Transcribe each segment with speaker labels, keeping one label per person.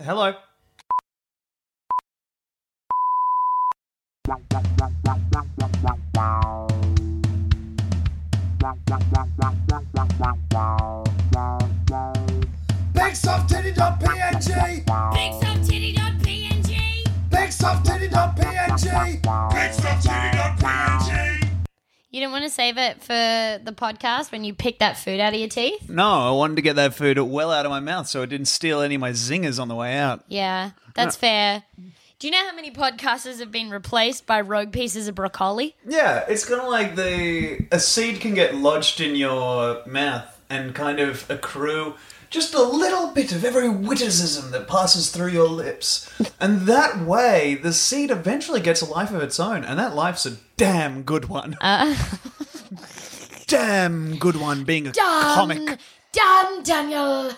Speaker 1: Hello.
Speaker 2: BigSoftTitty.png
Speaker 3: BigSoftTitty.png.
Speaker 2: BigSoftTitty.png BigSoftTitty.png
Speaker 3: You didn't want to save it for the podcast when you picked that food out of your teeth?
Speaker 1: No, I wanted to get that food well out of my mouth so it didn't steal any of my zingers on the way out.
Speaker 3: Yeah, that's fair. Do you know how many podcasters have been replaced by rogue pieces of broccoli?
Speaker 1: Yeah, it's kind of like the a seed can get lodged in your mouth and kind of accrue just a little bit of every witticism that passes through your lips, and that way the seed eventually gets a life of its own, and that life's a damn good one. damn good one being a comic.
Speaker 3: Damn, Daniel!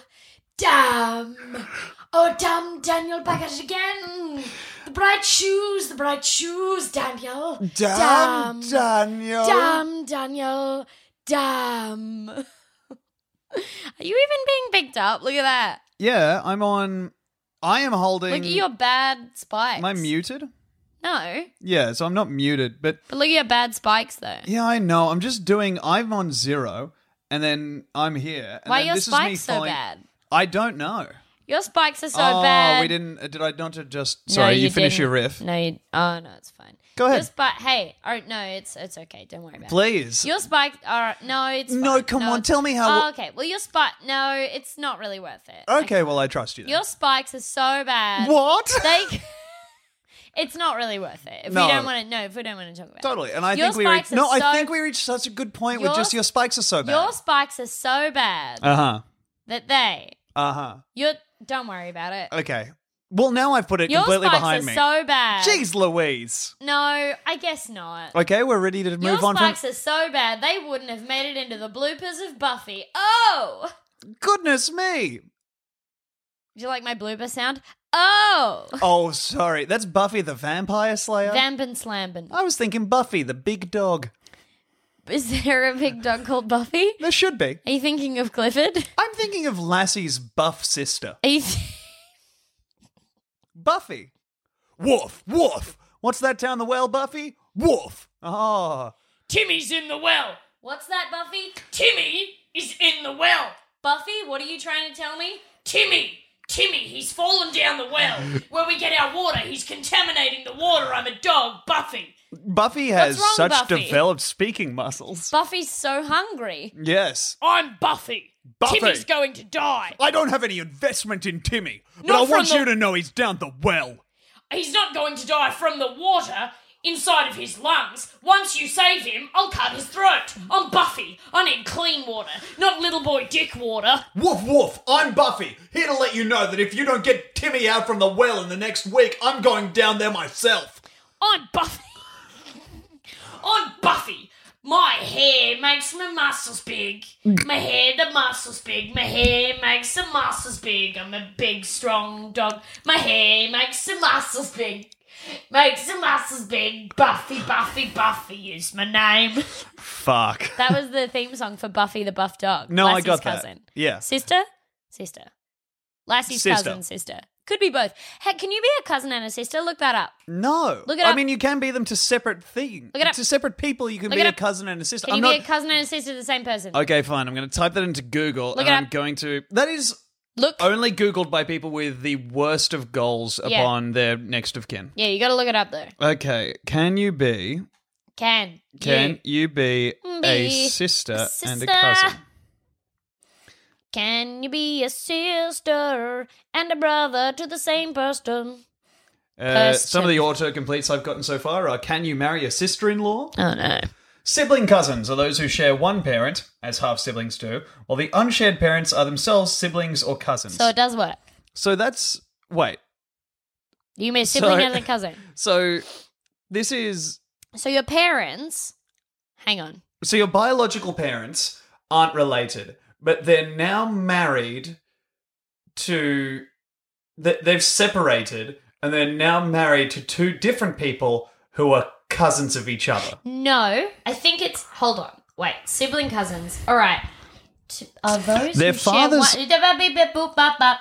Speaker 3: Damn! Oh, damn, Daniel, back at it again! The bright shoes, the bright shoes, Daniel!
Speaker 1: Damn, Daniel.
Speaker 3: Damn, Daniel. Damn. Are you even being picked up? Look at that.
Speaker 1: Yeah, I'm on. I am holding.
Speaker 3: Look at your bad spikes.
Speaker 1: Am I muted?
Speaker 3: No.
Speaker 1: Yeah, so I'm not muted, but
Speaker 3: But look at your bad spikes, though.
Speaker 1: yeah, I know. I'm just doing. I'm on zero, and then I'm here. And
Speaker 3: Why
Speaker 1: then
Speaker 3: are your
Speaker 1: this is me
Speaker 3: spikes so
Speaker 1: falling-
Speaker 3: bad?
Speaker 1: I don't know.
Speaker 3: Your spikes are so
Speaker 1: oh,
Speaker 3: bad.
Speaker 1: we didn't. uh, Did I not to just?
Speaker 3: No,
Speaker 1: Sorry, you, finish
Speaker 3: didn't.
Speaker 1: your riff,
Speaker 3: No, you, oh, no, it's fine.
Speaker 1: Go ahead.
Speaker 3: Your spi- hey, oh, no, it's it's okay. Don't worry about it.
Speaker 1: please.
Speaker 3: Your spike. All right, no, it's
Speaker 1: No,
Speaker 3: fine.
Speaker 1: come on,
Speaker 3: it's-
Speaker 1: tell me how-
Speaker 3: Oh, okay, well, your spike. No, it's not really worth it.
Speaker 1: okay, well, I trust you. Then.
Speaker 3: Your spikes are so bad.
Speaker 1: what?
Speaker 3: They. it's not really worth it if
Speaker 1: No.
Speaker 3: we don't want to. No, if we don't want to talk about
Speaker 1: totally.
Speaker 3: it.
Speaker 1: And I
Speaker 3: Your
Speaker 1: think we reached.
Speaker 3: spikes are
Speaker 1: No,
Speaker 3: so-
Speaker 1: I think we reached such a good point with
Speaker 3: Your-
Speaker 1: just your spikes are so
Speaker 3: Your
Speaker 1: bad.
Speaker 3: spikes are so bad
Speaker 1: Uh huh.
Speaker 3: that they.
Speaker 1: Uh huh.
Speaker 3: You don't worry about it.
Speaker 1: Okay. Well, now I've put it
Speaker 3: Your
Speaker 1: completely
Speaker 3: spikes
Speaker 1: behind
Speaker 3: are
Speaker 1: me.
Speaker 3: so bad.
Speaker 1: Jeez, Louise.
Speaker 3: No, I guess not.
Speaker 1: Okay, we're ready to move
Speaker 3: Your
Speaker 1: on from.
Speaker 3: spikes are so bad they wouldn't have made it into the bloopers of Buffy. Oh,
Speaker 1: Goodness me!
Speaker 3: do you like my blooper sound? Oh,
Speaker 1: Oh, sorry. That's Buffy the Vampire Slayer.
Speaker 3: vampin' slambin'.
Speaker 1: I was thinking Buffy the Big Dog.
Speaker 3: Is there a big dog called Buffy?
Speaker 1: There should be.
Speaker 3: Are you thinking of Clifford?
Speaker 1: I'm thinking of Lassie's buff sister,
Speaker 3: Are you th-
Speaker 1: Buffy. Woof, woof. What's that down the well, Buffy? Woof. Oh,
Speaker 3: Timmy's in the well. What's that, Buffy? Timmy is in the well. Buffy, what are you trying to tell me? Timmy, Timmy, he's fallen down the well where we get our water. He's contaminating the water. I'm a dog, Buffy.
Speaker 1: Buffy has
Speaker 3: wrong,
Speaker 1: such
Speaker 3: Buffy?
Speaker 1: developed speaking muscles.
Speaker 3: Buffy's so hungry.
Speaker 1: yes.
Speaker 3: I'm Buffy.
Speaker 1: Buffy. Timmy's
Speaker 3: going to die.
Speaker 1: I don't have any investment in Timmy, but
Speaker 3: Not I want from the- you
Speaker 1: to know he's down the well.
Speaker 3: He's not going to die from the water inside of his lungs. Once you save him, I'll cut his throat. I'm Buffy. I need clean water, not little boy dick water.
Speaker 1: Woof woof, I'm Buffy, here to let you know that if you don't get Timmy out from the well in the next week, I'm going down there myself.
Speaker 3: I'm Buffy. I'm Buffy. My hair makes my muscles big. My hair, the muscles big. My hair makes the muscles big. I'm a big, strong dog. My hair makes the muscles big. Makes the muscles big. Buffy, Buffy, Buffy is my name.
Speaker 1: Fuck.
Speaker 3: That was the theme song for Buffy the Buff Dog.
Speaker 1: No, I
Speaker 3: Lassie's
Speaker 1: got that.
Speaker 3: cousin.
Speaker 1: Yeah.
Speaker 3: Sister? Sister. Lassie's
Speaker 1: Sister.
Speaker 3: cousin, sister. Could be both. Heck, can you be a cousin and a sister? Look that up.
Speaker 1: No.
Speaker 3: Look it
Speaker 1: I
Speaker 3: up.
Speaker 1: mean, you can be them to separate things.
Speaker 3: Look it up.
Speaker 1: To separate people, you can
Speaker 3: Look
Speaker 1: be
Speaker 3: it
Speaker 1: a
Speaker 3: up.
Speaker 1: cousin and a sister.
Speaker 3: Can
Speaker 1: I'm
Speaker 3: you
Speaker 1: not. Oh,
Speaker 3: be a cousin and a sister to the same person?
Speaker 1: okay, fine. I'm going to type that into Google,
Speaker 3: Look
Speaker 1: and
Speaker 3: it
Speaker 1: I'm
Speaker 3: up.
Speaker 1: going to. That is
Speaker 3: Look.
Speaker 1: only Googled by people with the worst of goals
Speaker 3: Yeah.
Speaker 1: upon their next of kin.
Speaker 3: Yeah, you got to look it up though.
Speaker 1: Okay, can you be?
Speaker 3: Can
Speaker 1: Can
Speaker 3: you?
Speaker 1: you be,
Speaker 3: Be
Speaker 1: a sister, and
Speaker 3: sister.
Speaker 1: a cousin?
Speaker 3: Can you be a sister and a brother to the same person?
Speaker 1: Uh, some of the
Speaker 3: Person.
Speaker 1: autocompletes I've gotten so far are: Can you marry a sister-in-law?
Speaker 3: Oh no.
Speaker 1: Sibling cousins are those who share one parent, as half siblings do, while the unshared parents are themselves siblings or cousins.
Speaker 3: So it does work.
Speaker 1: So that's wait.
Speaker 3: You mean a sibling
Speaker 1: So-
Speaker 3: and a cousin.
Speaker 1: So this is
Speaker 3: So your parents. Hang on.
Speaker 1: so your biological parents aren't related, but they're now married to th- they've separated and they're now married to two different people who are cousins of each other.
Speaker 3: No, I think it's. Hold on. Wait, sibling cousins. All right. T- Are those
Speaker 1: Their
Speaker 3: who
Speaker 1: fathers-
Speaker 3: Share one,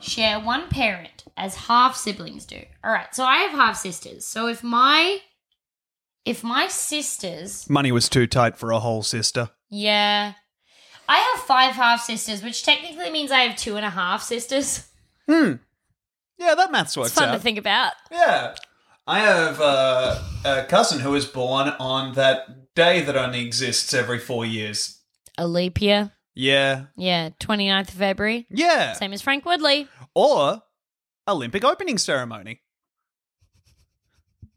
Speaker 3: share one parent as half siblings do. All right. So I have half sisters. So if my if my sisters,
Speaker 1: Money was too tight for a whole sister.
Speaker 3: yeah, I have five half sisters, which technically means I have two and a half sisters.
Speaker 1: Hmm. Yeah, that maths works
Speaker 3: It's fun
Speaker 1: out.
Speaker 3: to think about.
Speaker 1: Yeah. I have uh, a cousin who was born on that day that only exists every four years.
Speaker 3: A leap year.
Speaker 1: Yeah.
Speaker 3: Yeah, 29th of February.
Speaker 1: Yeah.
Speaker 3: Same as Frank Woodley.
Speaker 1: Or Olympic opening ceremony.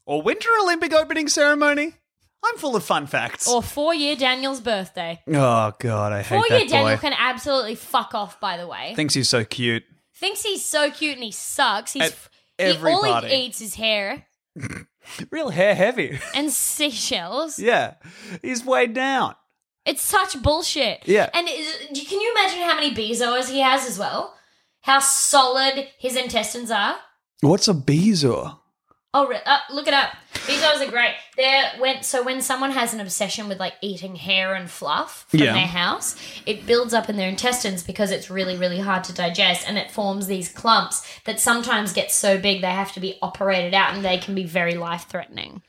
Speaker 1: Or Winter Olympic opening ceremony. I'm full of fun facts.
Speaker 3: Or four year Daniel's birthday.
Speaker 1: oh, God, I hate
Speaker 3: Four year
Speaker 1: that
Speaker 3: Daniel
Speaker 1: boy.
Speaker 3: can absolutely fuck off, by the way.
Speaker 1: Thinks he's so cute.
Speaker 3: Thinks he's so cute and he sucks. He's
Speaker 1: At every
Speaker 3: he, all
Speaker 1: party.
Speaker 3: he eats is hair
Speaker 1: Real hair heavy.
Speaker 3: and seashells.
Speaker 1: yeah. He's weighed down.
Speaker 3: It's such bullshit.
Speaker 1: Yeah.
Speaker 3: And is, can you imagine how many bezos he has as well? How solid his intestines are?
Speaker 1: What's a bezoar?
Speaker 3: Oh, re- uh, look it up. Bezos are great. They're when so when someone has an obsession with like eating hair and fluff from
Speaker 1: Yeah.
Speaker 3: their house, it builds up in their intestines because it's really really hard to digest, and it forms these clumps that sometimes get so big they have to be operated out, and they can be very life threatening.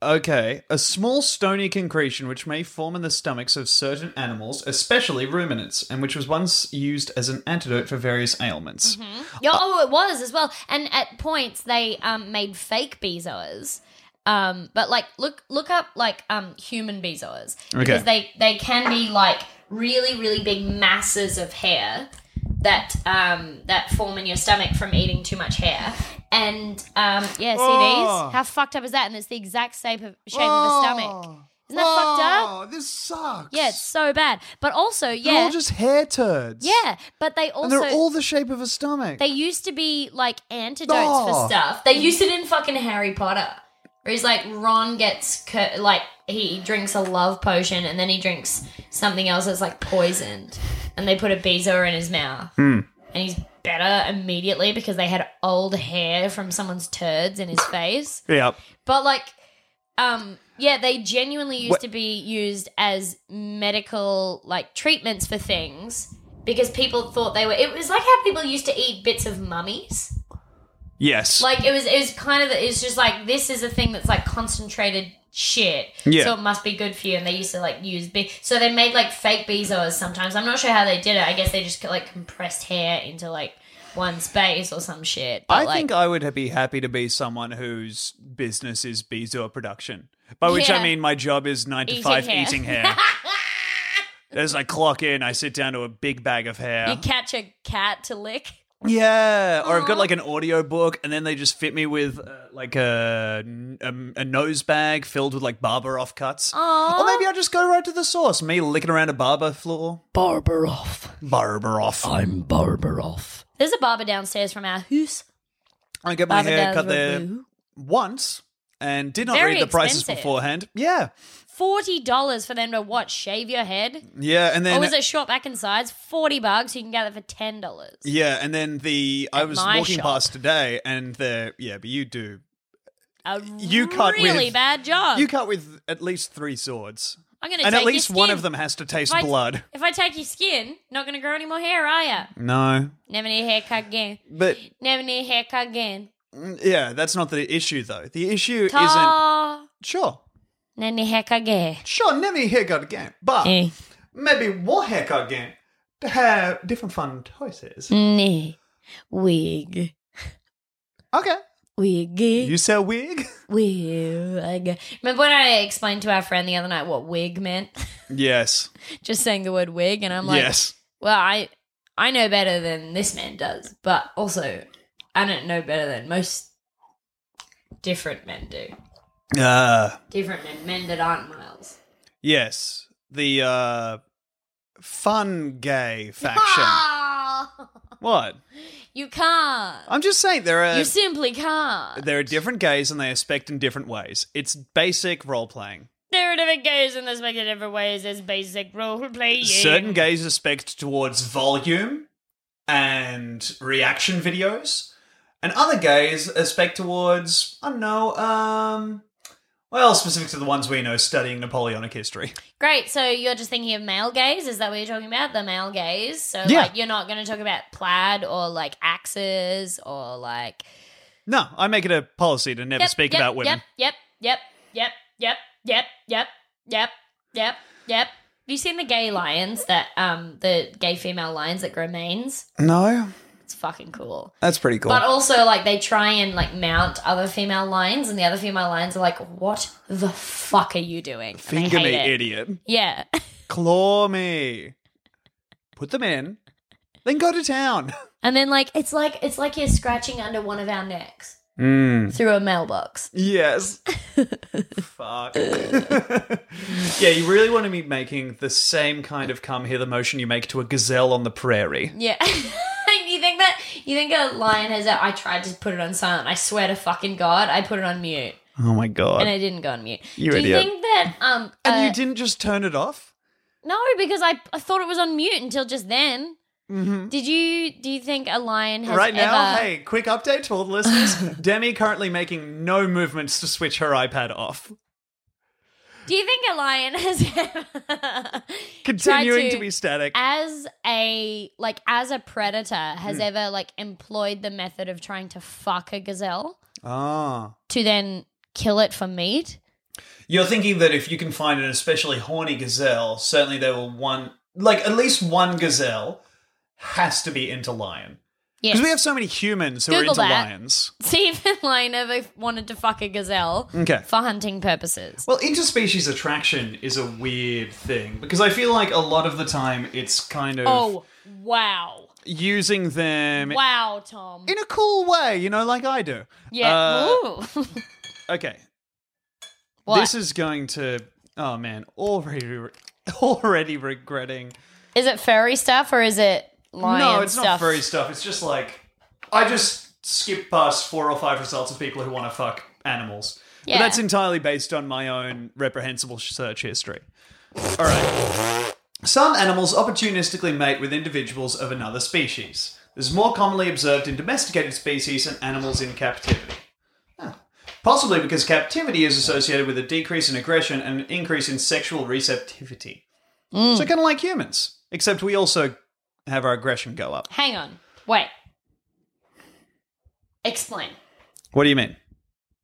Speaker 1: Okay, a small stony concretion which may form in the stomachs of certain animals, especially ruminants, and which was once used as an antidote for various ailments.
Speaker 3: Yeah, oh, it was as well. And at points they um, made fake bezoars. Um, but like look look up like um human bezoars because they they can be like really really big masses of hair that um that form in your stomach from eating too much hair. And um yeah, see
Speaker 1: Oh.
Speaker 3: these? How fucked up is that? And it's the exact shape of shape of a
Speaker 1: Oh.
Speaker 3: stomach. Isn't that fucked up?
Speaker 1: this sucks.
Speaker 3: Yeah, it's so bad. But also,
Speaker 1: they're
Speaker 3: yeah,
Speaker 1: all just hair turds.
Speaker 3: yeah. But they also
Speaker 1: and they're all the shape of a stomach.
Speaker 3: they used to be like antidotes
Speaker 1: Oh.
Speaker 3: for stuff. They used it in fucking Harry Potter. Where he's like, Ron gets, cur- like, he drinks a love potion and then he drinks something else that's like poisoned. And they put a bezoar in his mouth. And he's better immediately because they had old hair from someone's turds in his face.
Speaker 1: yep.
Speaker 3: But like, um, yeah, they genuinely used
Speaker 1: What-
Speaker 3: to be used as medical like treatments for things because people thought they were. It was like how people used to eat bits of mummies.
Speaker 1: Yes.
Speaker 3: Like it was, it was kind of. It's just like this is a thing that's like concentrated shit.
Speaker 1: Yeah.
Speaker 3: So it must be good for you. And they used to like use big. So they made like fake bezos sometimes. I'm not sure how they did it. I guess they just like compressed hair into like one space or some shit. But
Speaker 1: I
Speaker 3: like,
Speaker 1: think I would be happy to be someone whose business is bezoar production. By which I
Speaker 3: Yeah.
Speaker 1: mean my job is nine to
Speaker 3: Eating
Speaker 1: five
Speaker 3: hair.
Speaker 1: eating hair. As I clock in, I sit down to a big bag of hair.
Speaker 3: you catch a cat to lick.
Speaker 1: Yeah, or I've got like an audio book, and then they just fit me with uh, like a, a a nose bag filled with like barber off cuts. Or maybe I'll just go right to the source. Me licking around a barber floor.
Speaker 4: Barbaroff.
Speaker 1: Barber off.
Speaker 4: I'm Barbaroff.
Speaker 3: There's a barber downstairs from our house.
Speaker 1: I get my
Speaker 3: Barber
Speaker 1: hair cut
Speaker 3: does
Speaker 1: there
Speaker 3: review.
Speaker 1: once and did not
Speaker 3: Very
Speaker 1: read the prices
Speaker 3: expensive.
Speaker 1: beforehand. Yeah,
Speaker 3: Forty dollars for them to what? Shave your head?
Speaker 1: yeah, and
Speaker 3: or
Speaker 1: then
Speaker 3: was Oh, it short back and sides? Forty bucks. You can get it for ten dollars.
Speaker 1: yeah, and then the I was
Speaker 3: my
Speaker 1: walking
Speaker 3: shop.
Speaker 1: past today, and the yeah, but you do
Speaker 3: A
Speaker 1: You cut
Speaker 3: really
Speaker 1: with-
Speaker 3: bad job.
Speaker 1: you cut with at least three swords.
Speaker 5: I'm gonna.
Speaker 1: and
Speaker 5: take
Speaker 1: at least
Speaker 5: your
Speaker 1: one
Speaker 5: skin.
Speaker 1: of them has to taste
Speaker 5: If I-
Speaker 1: blood.
Speaker 5: If I take your skin, not gonna grow any more hair, are ya?
Speaker 1: No,
Speaker 5: Never need a haircut again.
Speaker 1: but
Speaker 5: Never need a haircut again.
Speaker 1: yeah, that's not the issue though. The issue isn't
Speaker 5: Ta.
Speaker 1: sure,
Speaker 5: Never need a haircut again.
Speaker 1: sure. Never haircut again, but
Speaker 5: Eh.
Speaker 1: maybe one haircut again to have different fun choices.
Speaker 3: Mm.
Speaker 5: Nee. Wig.
Speaker 1: Okay,
Speaker 5: Wig.
Speaker 3: Eh.
Speaker 1: you sell wig.
Speaker 5: Wig.
Speaker 3: Remember when I explained to our friend the other night what wig meant?
Speaker 1: Yes,
Speaker 3: Just saying the word wig, and I'm like,
Speaker 1: yes.
Speaker 3: well, I I know better than this man does, but also I don't know better than most different men do.
Speaker 1: Uh,
Speaker 3: Different men, men that aren't Miles.
Speaker 1: yes, the uh, fun gay faction.
Speaker 3: Ah,
Speaker 1: what?
Speaker 3: you can't.
Speaker 1: I'm just saying there are
Speaker 3: You simply can't.
Speaker 1: there are different gays and they aspect in different ways. It's basic role playing.
Speaker 5: There are different gays in this making different ways as basic role playing.
Speaker 1: Certain gays aspect towards volume and reaction videos, and other gays aspect towards I don't know. Um, well, specific to the ones we know studying Napoleonic history.
Speaker 3: Great. So you're just thinking of male gaze? Is that what you're talking about? The male gaze. So
Speaker 1: Yeah.
Speaker 3: like you're not going to talk about plaid or like axes or like
Speaker 1: No, I make it a policy to never
Speaker 3: Yep,
Speaker 1: speak
Speaker 3: yep,
Speaker 1: about women.
Speaker 3: Yep. Yep. Yep. Yep. Yep. Yep. Yep. Yep. Yep. Have you seen the gay lions that um the gay female lions that grow manes?
Speaker 1: No,
Speaker 3: It's fucking cool.
Speaker 1: that's pretty cool.
Speaker 3: But also, like, they try and, like, mount other female lions, and the other female lions are like, what the fuck are you doing? And they
Speaker 1: Finger me,
Speaker 3: hate it.
Speaker 1: idiot.
Speaker 3: Yeah.
Speaker 1: Claw me. Put them in, then go to town.
Speaker 3: And then, like, it's like it's like you're scratching under one of our necks
Speaker 1: Mm.
Speaker 3: through a mailbox.
Speaker 1: Yes. Fuck. yeah, you really want to be making the same kind of come hither motion you make to a gazelle on the prairie.
Speaker 3: Yeah. you think that you think a lion has that? I tried to put it on silent. I swear to fucking god, I put it on mute,
Speaker 1: Oh my
Speaker 3: and
Speaker 1: god.
Speaker 3: it didn't go on mute.
Speaker 1: You
Speaker 3: Do
Speaker 1: idiot.
Speaker 3: you think that? Um.
Speaker 1: And
Speaker 3: uh,
Speaker 1: you didn't just turn it off?
Speaker 3: no, because I I thought it was on mute until just then.
Speaker 1: Mm-hmm.
Speaker 3: Did you do you think a lion has
Speaker 1: Right now,
Speaker 3: ever-
Speaker 1: hey, quick update to all the listeners. Demi currently making no movements to switch her iPad off.
Speaker 3: Do you think a lion has ever
Speaker 1: Continuing
Speaker 3: tried
Speaker 1: to, be static.
Speaker 3: as a like as a predator
Speaker 1: Hmm.
Speaker 3: has ever like employed the method of trying to fuck a gazelle
Speaker 1: Ah.
Speaker 3: to then kill it for meat?
Speaker 1: You're thinking that if you can find an especially horny gazelle, certainly there will one, like at least one gazelle has to be into lion.
Speaker 3: Yeah.
Speaker 1: Because we have so many humans who
Speaker 3: Google
Speaker 1: are into
Speaker 3: that.
Speaker 1: lions.
Speaker 3: See if a lion ever wanted to fuck a gazelle
Speaker 1: Okay.
Speaker 3: for hunting purposes.
Speaker 1: Well, interspecies attraction is a weird thing because I feel like a lot of the time it's kind of
Speaker 5: Oh, wow.
Speaker 1: using them
Speaker 5: Wow, Tom.
Speaker 1: in a cool way, you know, like I do.
Speaker 5: Yeah.
Speaker 1: Uh,
Speaker 3: Ooh.
Speaker 1: okay.
Speaker 3: What?
Speaker 1: This is going to. Oh man, already, re- already regretting.
Speaker 3: Is it furry stuff or is it lion
Speaker 1: no, it's
Speaker 3: stuff?
Speaker 1: not furry stuff. It's just like I just skip past four or five results of people who want to fuck animals.
Speaker 3: Yeah.
Speaker 1: But that's entirely based on my own reprehensible search history. All right. Some animals opportunistically mate with individuals of another species. This is more commonly observed in domesticated species and animals in captivity. Huh. Possibly because captivity is associated with a decrease in aggression and an increase in sexual receptivity. So, kind of like humans, except we also have our aggression go up.
Speaker 3: Hang on. Wait. Explain.
Speaker 1: What do you mean?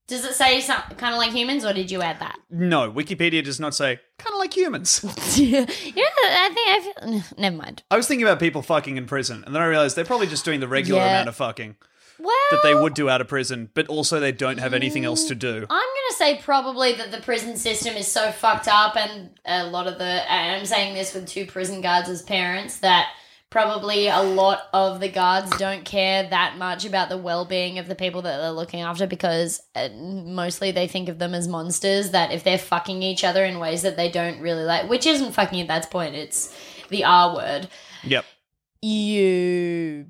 Speaker 3: Does it say something kind of like humans or did you add that?
Speaker 1: No, Wikipedia does not say kind of like humans.
Speaker 3: yeah, I think I feel. Never mind.
Speaker 1: I was thinking about people fucking in prison, and then I realized they're probably just doing the regular
Speaker 3: Yeah.
Speaker 1: amount of fucking
Speaker 3: Well,
Speaker 1: that they would do out of prison, but also they don't have anything else to do.
Speaker 3: I'm gonna say probably that the prison system is so fucked up, and a lot of the. And I'm saying this with two prison guards as parents that probably a lot of the guards don't care that much about the well-being of the people that they're looking after because uh, mostly they think of them as monsters that if they're fucking each other in ways that they don't really like which isn't fucking at that point it's the r word
Speaker 1: Yep.
Speaker 3: you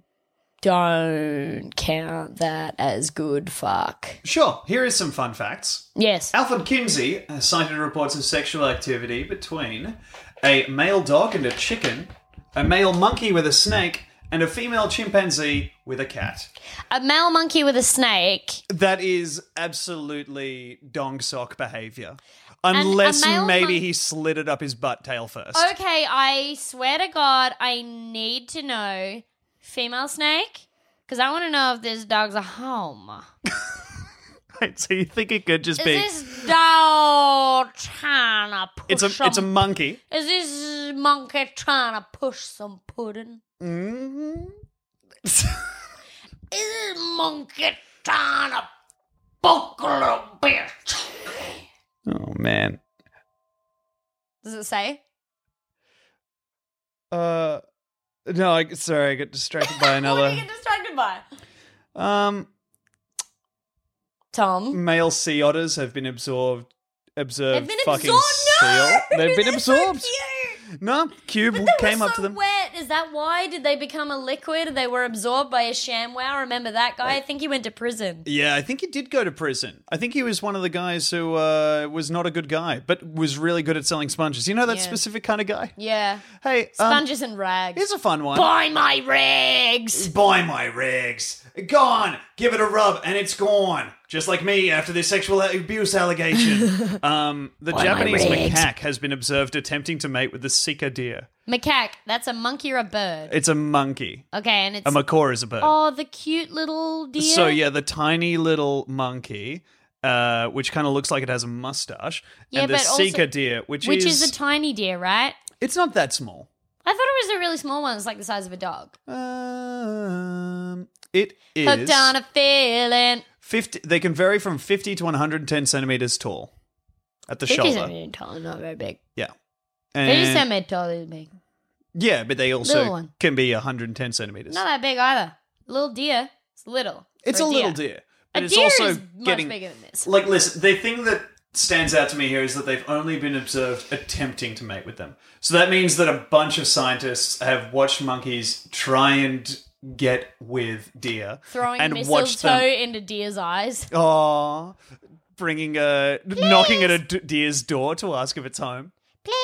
Speaker 3: don't count that as good fuck.
Speaker 1: Sure, here is some fun facts.
Speaker 3: Yes.
Speaker 1: Alfred Kinsey uh, cited reports of sexual activity between a male dog and a chicken, a male monkey with a snake, and a female chimpanzee with a cat.
Speaker 3: A male monkey with a snake.
Speaker 1: That is absolutely dong sock behavior. Unless
Speaker 2: male
Speaker 1: maybe
Speaker 2: mon- Oh.
Speaker 1: he slid it up his butt tail first.
Speaker 2: Okay, I swear to God, I need to know female snake because I want to know if this dog's a home.
Speaker 1: Right, so you think it could just
Speaker 2: Is
Speaker 1: be
Speaker 2: this dog trying to push
Speaker 1: it's a
Speaker 2: some,
Speaker 1: it's a monkey.
Speaker 2: Is this monkey trying to push some pudding? Mm-hmm. Is this monkey trying to poke a little bit?
Speaker 1: Oh man.
Speaker 2: Does it say?
Speaker 1: Uh no, I, sorry, I got distracted by
Speaker 2: What did you
Speaker 1: another
Speaker 2: get distracted by?
Speaker 1: um
Speaker 2: Tom.
Speaker 1: male sea otters have been absorbed observed
Speaker 2: They've been
Speaker 1: fucking
Speaker 2: absorbed. No!
Speaker 1: seal. They've been
Speaker 2: They're so
Speaker 1: absorbed.
Speaker 2: cute!
Speaker 1: no, cube
Speaker 2: They were
Speaker 1: came up
Speaker 2: so
Speaker 1: to them.
Speaker 2: Wet. Is that why? Did they become a liquid? They were absorbed by a ShamWow. Remember that guy? I think he went to prison.
Speaker 1: Yeah, I think he did go to prison. I think he was one of the guys who uh, was not a good guy, but was really good at selling sponges. You know that
Speaker 2: Yeah.
Speaker 1: specific kind of guy.
Speaker 2: Yeah.
Speaker 1: Hey, um,
Speaker 2: Sponges and rags.
Speaker 1: here's a fun one.
Speaker 3: Buy my rags.
Speaker 1: Buy my rigs. Gone. Give it a rub, and it's gone. Just like me after this sexual abuse allegation. um, the Japanese macaque has been observed attempting to mate with the Sika deer.
Speaker 2: Macaque. That's a monkey or a bird.
Speaker 1: It's a monkey.
Speaker 2: Okay, and it's
Speaker 1: A macaw is a bird.
Speaker 2: oh the cute little deer.
Speaker 1: So yeah, the tiny little monkey, uh, which kind of looks like it has a mustache,
Speaker 2: Yeah,
Speaker 1: and the
Speaker 2: but also-
Speaker 1: Sika deer, which,
Speaker 2: which
Speaker 1: is,
Speaker 2: is a tiny deer, right?
Speaker 1: it's not that small.
Speaker 2: I thought it was a really small one. It's like the size of a dog.
Speaker 1: Um, it
Speaker 2: Hooked
Speaker 1: is
Speaker 2: on a feeling.
Speaker 1: fifty. They can vary from fifty to one hundred and ten centimeters tall at the
Speaker 2: Fifty
Speaker 1: shoulder.
Speaker 2: centimeters tall, not very big.
Speaker 1: Yeah,
Speaker 2: Fifty
Speaker 1: and
Speaker 2: centimeters tall is big.
Speaker 1: yeah, but they
Speaker 2: Little
Speaker 1: also
Speaker 2: one.
Speaker 1: can be one hundred and ten centimeters.
Speaker 2: Not that big either. Little deer. It's little.
Speaker 1: it's
Speaker 2: for
Speaker 1: a little deer, but
Speaker 2: A
Speaker 1: it's
Speaker 2: deer
Speaker 1: also
Speaker 2: is
Speaker 1: getting
Speaker 2: much bigger than this.
Speaker 1: Like, listen, the thing that stands out to me here is that they've only been observed attempting to mate with them. So that means that a bunch of scientists have watched monkeys try and get with deer,
Speaker 2: throwing
Speaker 1: and watched
Speaker 2: mistletoe
Speaker 1: them.
Speaker 2: into deer's eyes.
Speaker 1: Aw, bringing a knocking at a d- deer's door to ask if it's home.
Speaker 2: Please.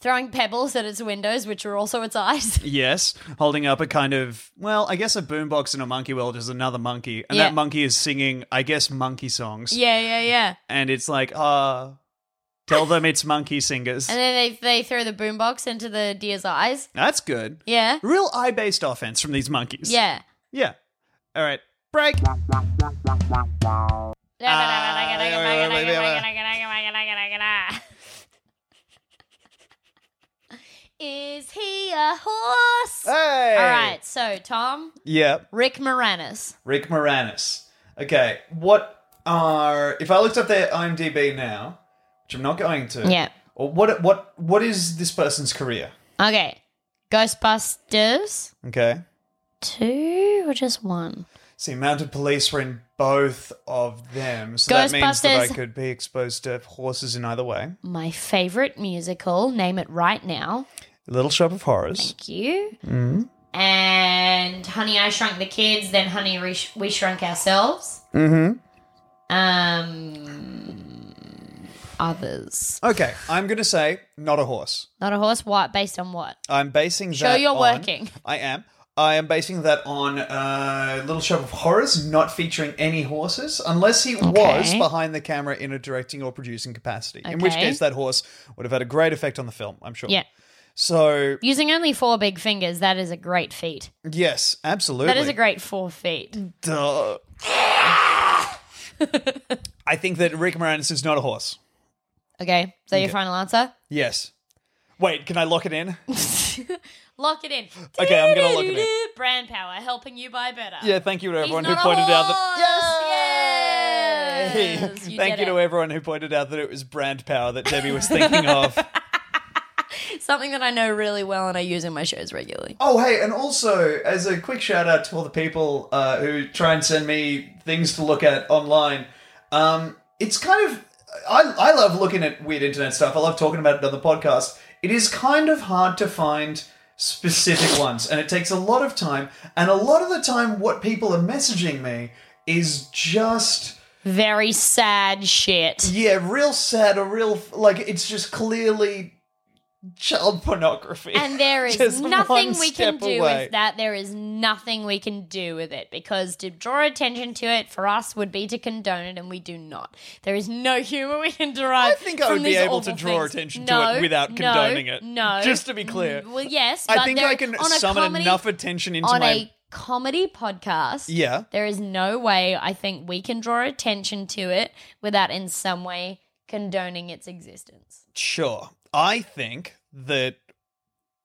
Speaker 2: Throwing pebbles at its windows, which are also its eyes.
Speaker 1: Yes, holding up a kind of well, I guess a boombox in a monkey world is another monkey, and
Speaker 2: Yeah.
Speaker 1: that monkey is singing, I guess, monkey songs,
Speaker 2: yeah, yeah, yeah.
Speaker 1: and it's like, ah, tell them it's monkey singers.
Speaker 2: And then they they throw the boombox into the deer's eyes.
Speaker 1: That's good.
Speaker 2: Yeah,
Speaker 1: Real eye based offense from these monkeys.
Speaker 2: yeah.
Speaker 1: Yeah. All right. Break. Uh,
Speaker 2: Is he a horse?
Speaker 1: Hey.
Speaker 2: All right, so Tom,
Speaker 1: Yeah.
Speaker 2: Rick Moranis.
Speaker 1: Rick Moranis. Okay. What are if I looked up their IMDb now, which I'm not going to.
Speaker 2: Yeah.
Speaker 1: Or what what what is this person's career?
Speaker 2: Okay, Ghostbusters
Speaker 1: Okay.
Speaker 2: two or just one?
Speaker 1: See, mounted police were in both of them, so that means that I
Speaker 2: Ghostbusters.
Speaker 1: could be exposed to horses in either way.
Speaker 2: My favorite musical. Name it right now.
Speaker 1: Little Shop of Horrors.
Speaker 2: Thank you.
Speaker 1: Mm.
Speaker 2: And Honey, I Shrunk the Kids, then Honey, Re- We Shrunk Ourselves. Mm-hmm. Um, others.
Speaker 1: Okay, I'm gonna say not a horse.
Speaker 2: Not a horse. What? Based on what?
Speaker 1: I'm basing that.
Speaker 2: Show you're
Speaker 1: on-
Speaker 2: working.
Speaker 1: I am. I am basing that on uh, Little Shop of Horrors not featuring any horses, unless he was
Speaker 2: Okay.
Speaker 1: behind the camera in a directing or producing capacity. In which
Speaker 2: Okay.
Speaker 1: case, that horse would have had a great effect on the film. I'm sure.
Speaker 2: Yeah.
Speaker 1: So
Speaker 2: Using only four big fingers, that is a great feat.
Speaker 1: yes, absolutely.
Speaker 2: That is a great four feet.
Speaker 1: Duh. I think that Rick Moranis is not a horse.
Speaker 2: Okay, so your final answer?
Speaker 1: Yes. Wait, can I lock it in?
Speaker 2: Lock it in.
Speaker 1: Okay, I'm gonna lock it in.
Speaker 2: Brand power, helping you buy better.
Speaker 1: yeah, thank you to everyone
Speaker 2: not
Speaker 1: who
Speaker 2: a
Speaker 1: pointed out that.
Speaker 2: horse.
Speaker 1: Hey.
Speaker 2: Yes.
Speaker 1: Thank
Speaker 2: did
Speaker 1: you
Speaker 2: it.
Speaker 1: to everyone who pointed out that it was brand power that Debbie was thinking of.
Speaker 2: Something that I know really well and I use in my shows regularly.
Speaker 1: Oh, hey, and also, as a quick shout out to all the people uh, who try and send me things to look at online, um, it's kind of. I, I love looking at weird internet stuff. I love talking about it on the podcast. It is kind of hard to find specific ones, and it takes a lot of time. And a lot of the time, what people are messaging me is just.
Speaker 2: Very sad shit.
Speaker 1: Yeah, real sad or real like it's just clearly child pornography.
Speaker 2: And there is
Speaker 1: Just
Speaker 2: nothing
Speaker 1: one
Speaker 2: we can
Speaker 1: step
Speaker 2: do
Speaker 1: away.
Speaker 2: with that. There is nothing we can do with it because to draw attention to it for us would be to condone it, and we do not. There is no humor we can derive.
Speaker 1: I think I
Speaker 2: from
Speaker 1: would be
Speaker 2: these
Speaker 1: able to
Speaker 2: awful
Speaker 1: draw
Speaker 2: things.
Speaker 1: attention
Speaker 2: No,
Speaker 1: to it without
Speaker 2: no,
Speaker 1: condoning it.
Speaker 2: No, Mm,
Speaker 1: Just to be clear.
Speaker 2: Well, yes,
Speaker 1: I
Speaker 2: but
Speaker 1: think
Speaker 2: there-
Speaker 1: I can
Speaker 2: on a
Speaker 1: summon
Speaker 2: comedy-
Speaker 1: enough attention into
Speaker 2: on
Speaker 1: my.
Speaker 2: a comedy podcast.
Speaker 1: Yeah.
Speaker 2: there is no way I think we can draw attention to it without in some way condoning its existence.
Speaker 1: Sure. I think that.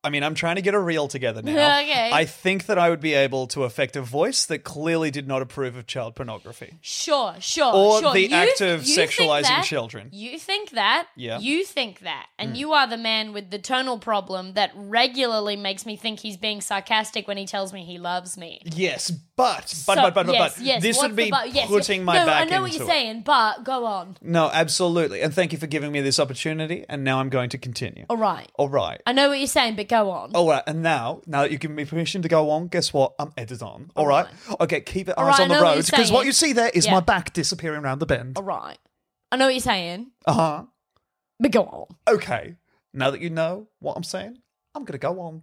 Speaker 1: I mean, I'm trying to get a reel together now.
Speaker 2: Okay.
Speaker 1: I think that I would be able to affect a voice that clearly did not approve of child pornography.
Speaker 2: Sure, sure.
Speaker 1: Or
Speaker 2: sure.
Speaker 1: the
Speaker 2: You-
Speaker 1: act of
Speaker 2: you think
Speaker 1: sexualizing
Speaker 2: that-
Speaker 1: children.
Speaker 2: You think that.
Speaker 1: Yeah. Mm.
Speaker 2: You think that. And you are the man with the tonal problem that regularly makes me think he's being sarcastic when he tells me he loves me.
Speaker 1: Yes, but but
Speaker 2: So-
Speaker 1: but but but,
Speaker 2: yes,
Speaker 1: but
Speaker 2: yes,
Speaker 1: this
Speaker 2: what's
Speaker 1: would
Speaker 2: the
Speaker 1: be
Speaker 2: but? Yes,
Speaker 1: putting
Speaker 2: yes.
Speaker 1: my
Speaker 2: no,
Speaker 1: back
Speaker 2: I know what
Speaker 1: into
Speaker 2: you're
Speaker 1: it.
Speaker 2: saying, but go on.
Speaker 1: No, absolutely. And thank you for giving me this opportunity. And now I'm going to continue.
Speaker 2: All right.
Speaker 1: All right.
Speaker 2: I know what you're saying, but go on.
Speaker 1: All right. And now, now that you've given me permission to go on, guess what? I'm edited on. All right. Okay. Keep your
Speaker 2: All
Speaker 1: eyes
Speaker 2: right,
Speaker 1: on
Speaker 2: I
Speaker 1: the
Speaker 2: know what you're
Speaker 1: road because what
Speaker 2: saying.
Speaker 1: you see there is
Speaker 2: Yeah. Oh.
Speaker 1: my back disappearing around the bend.
Speaker 2: All right. I know what you're saying,
Speaker 1: Uh huh.
Speaker 2: but go on.
Speaker 1: Okay. Now that you know what I'm saying, I'm gonna go on.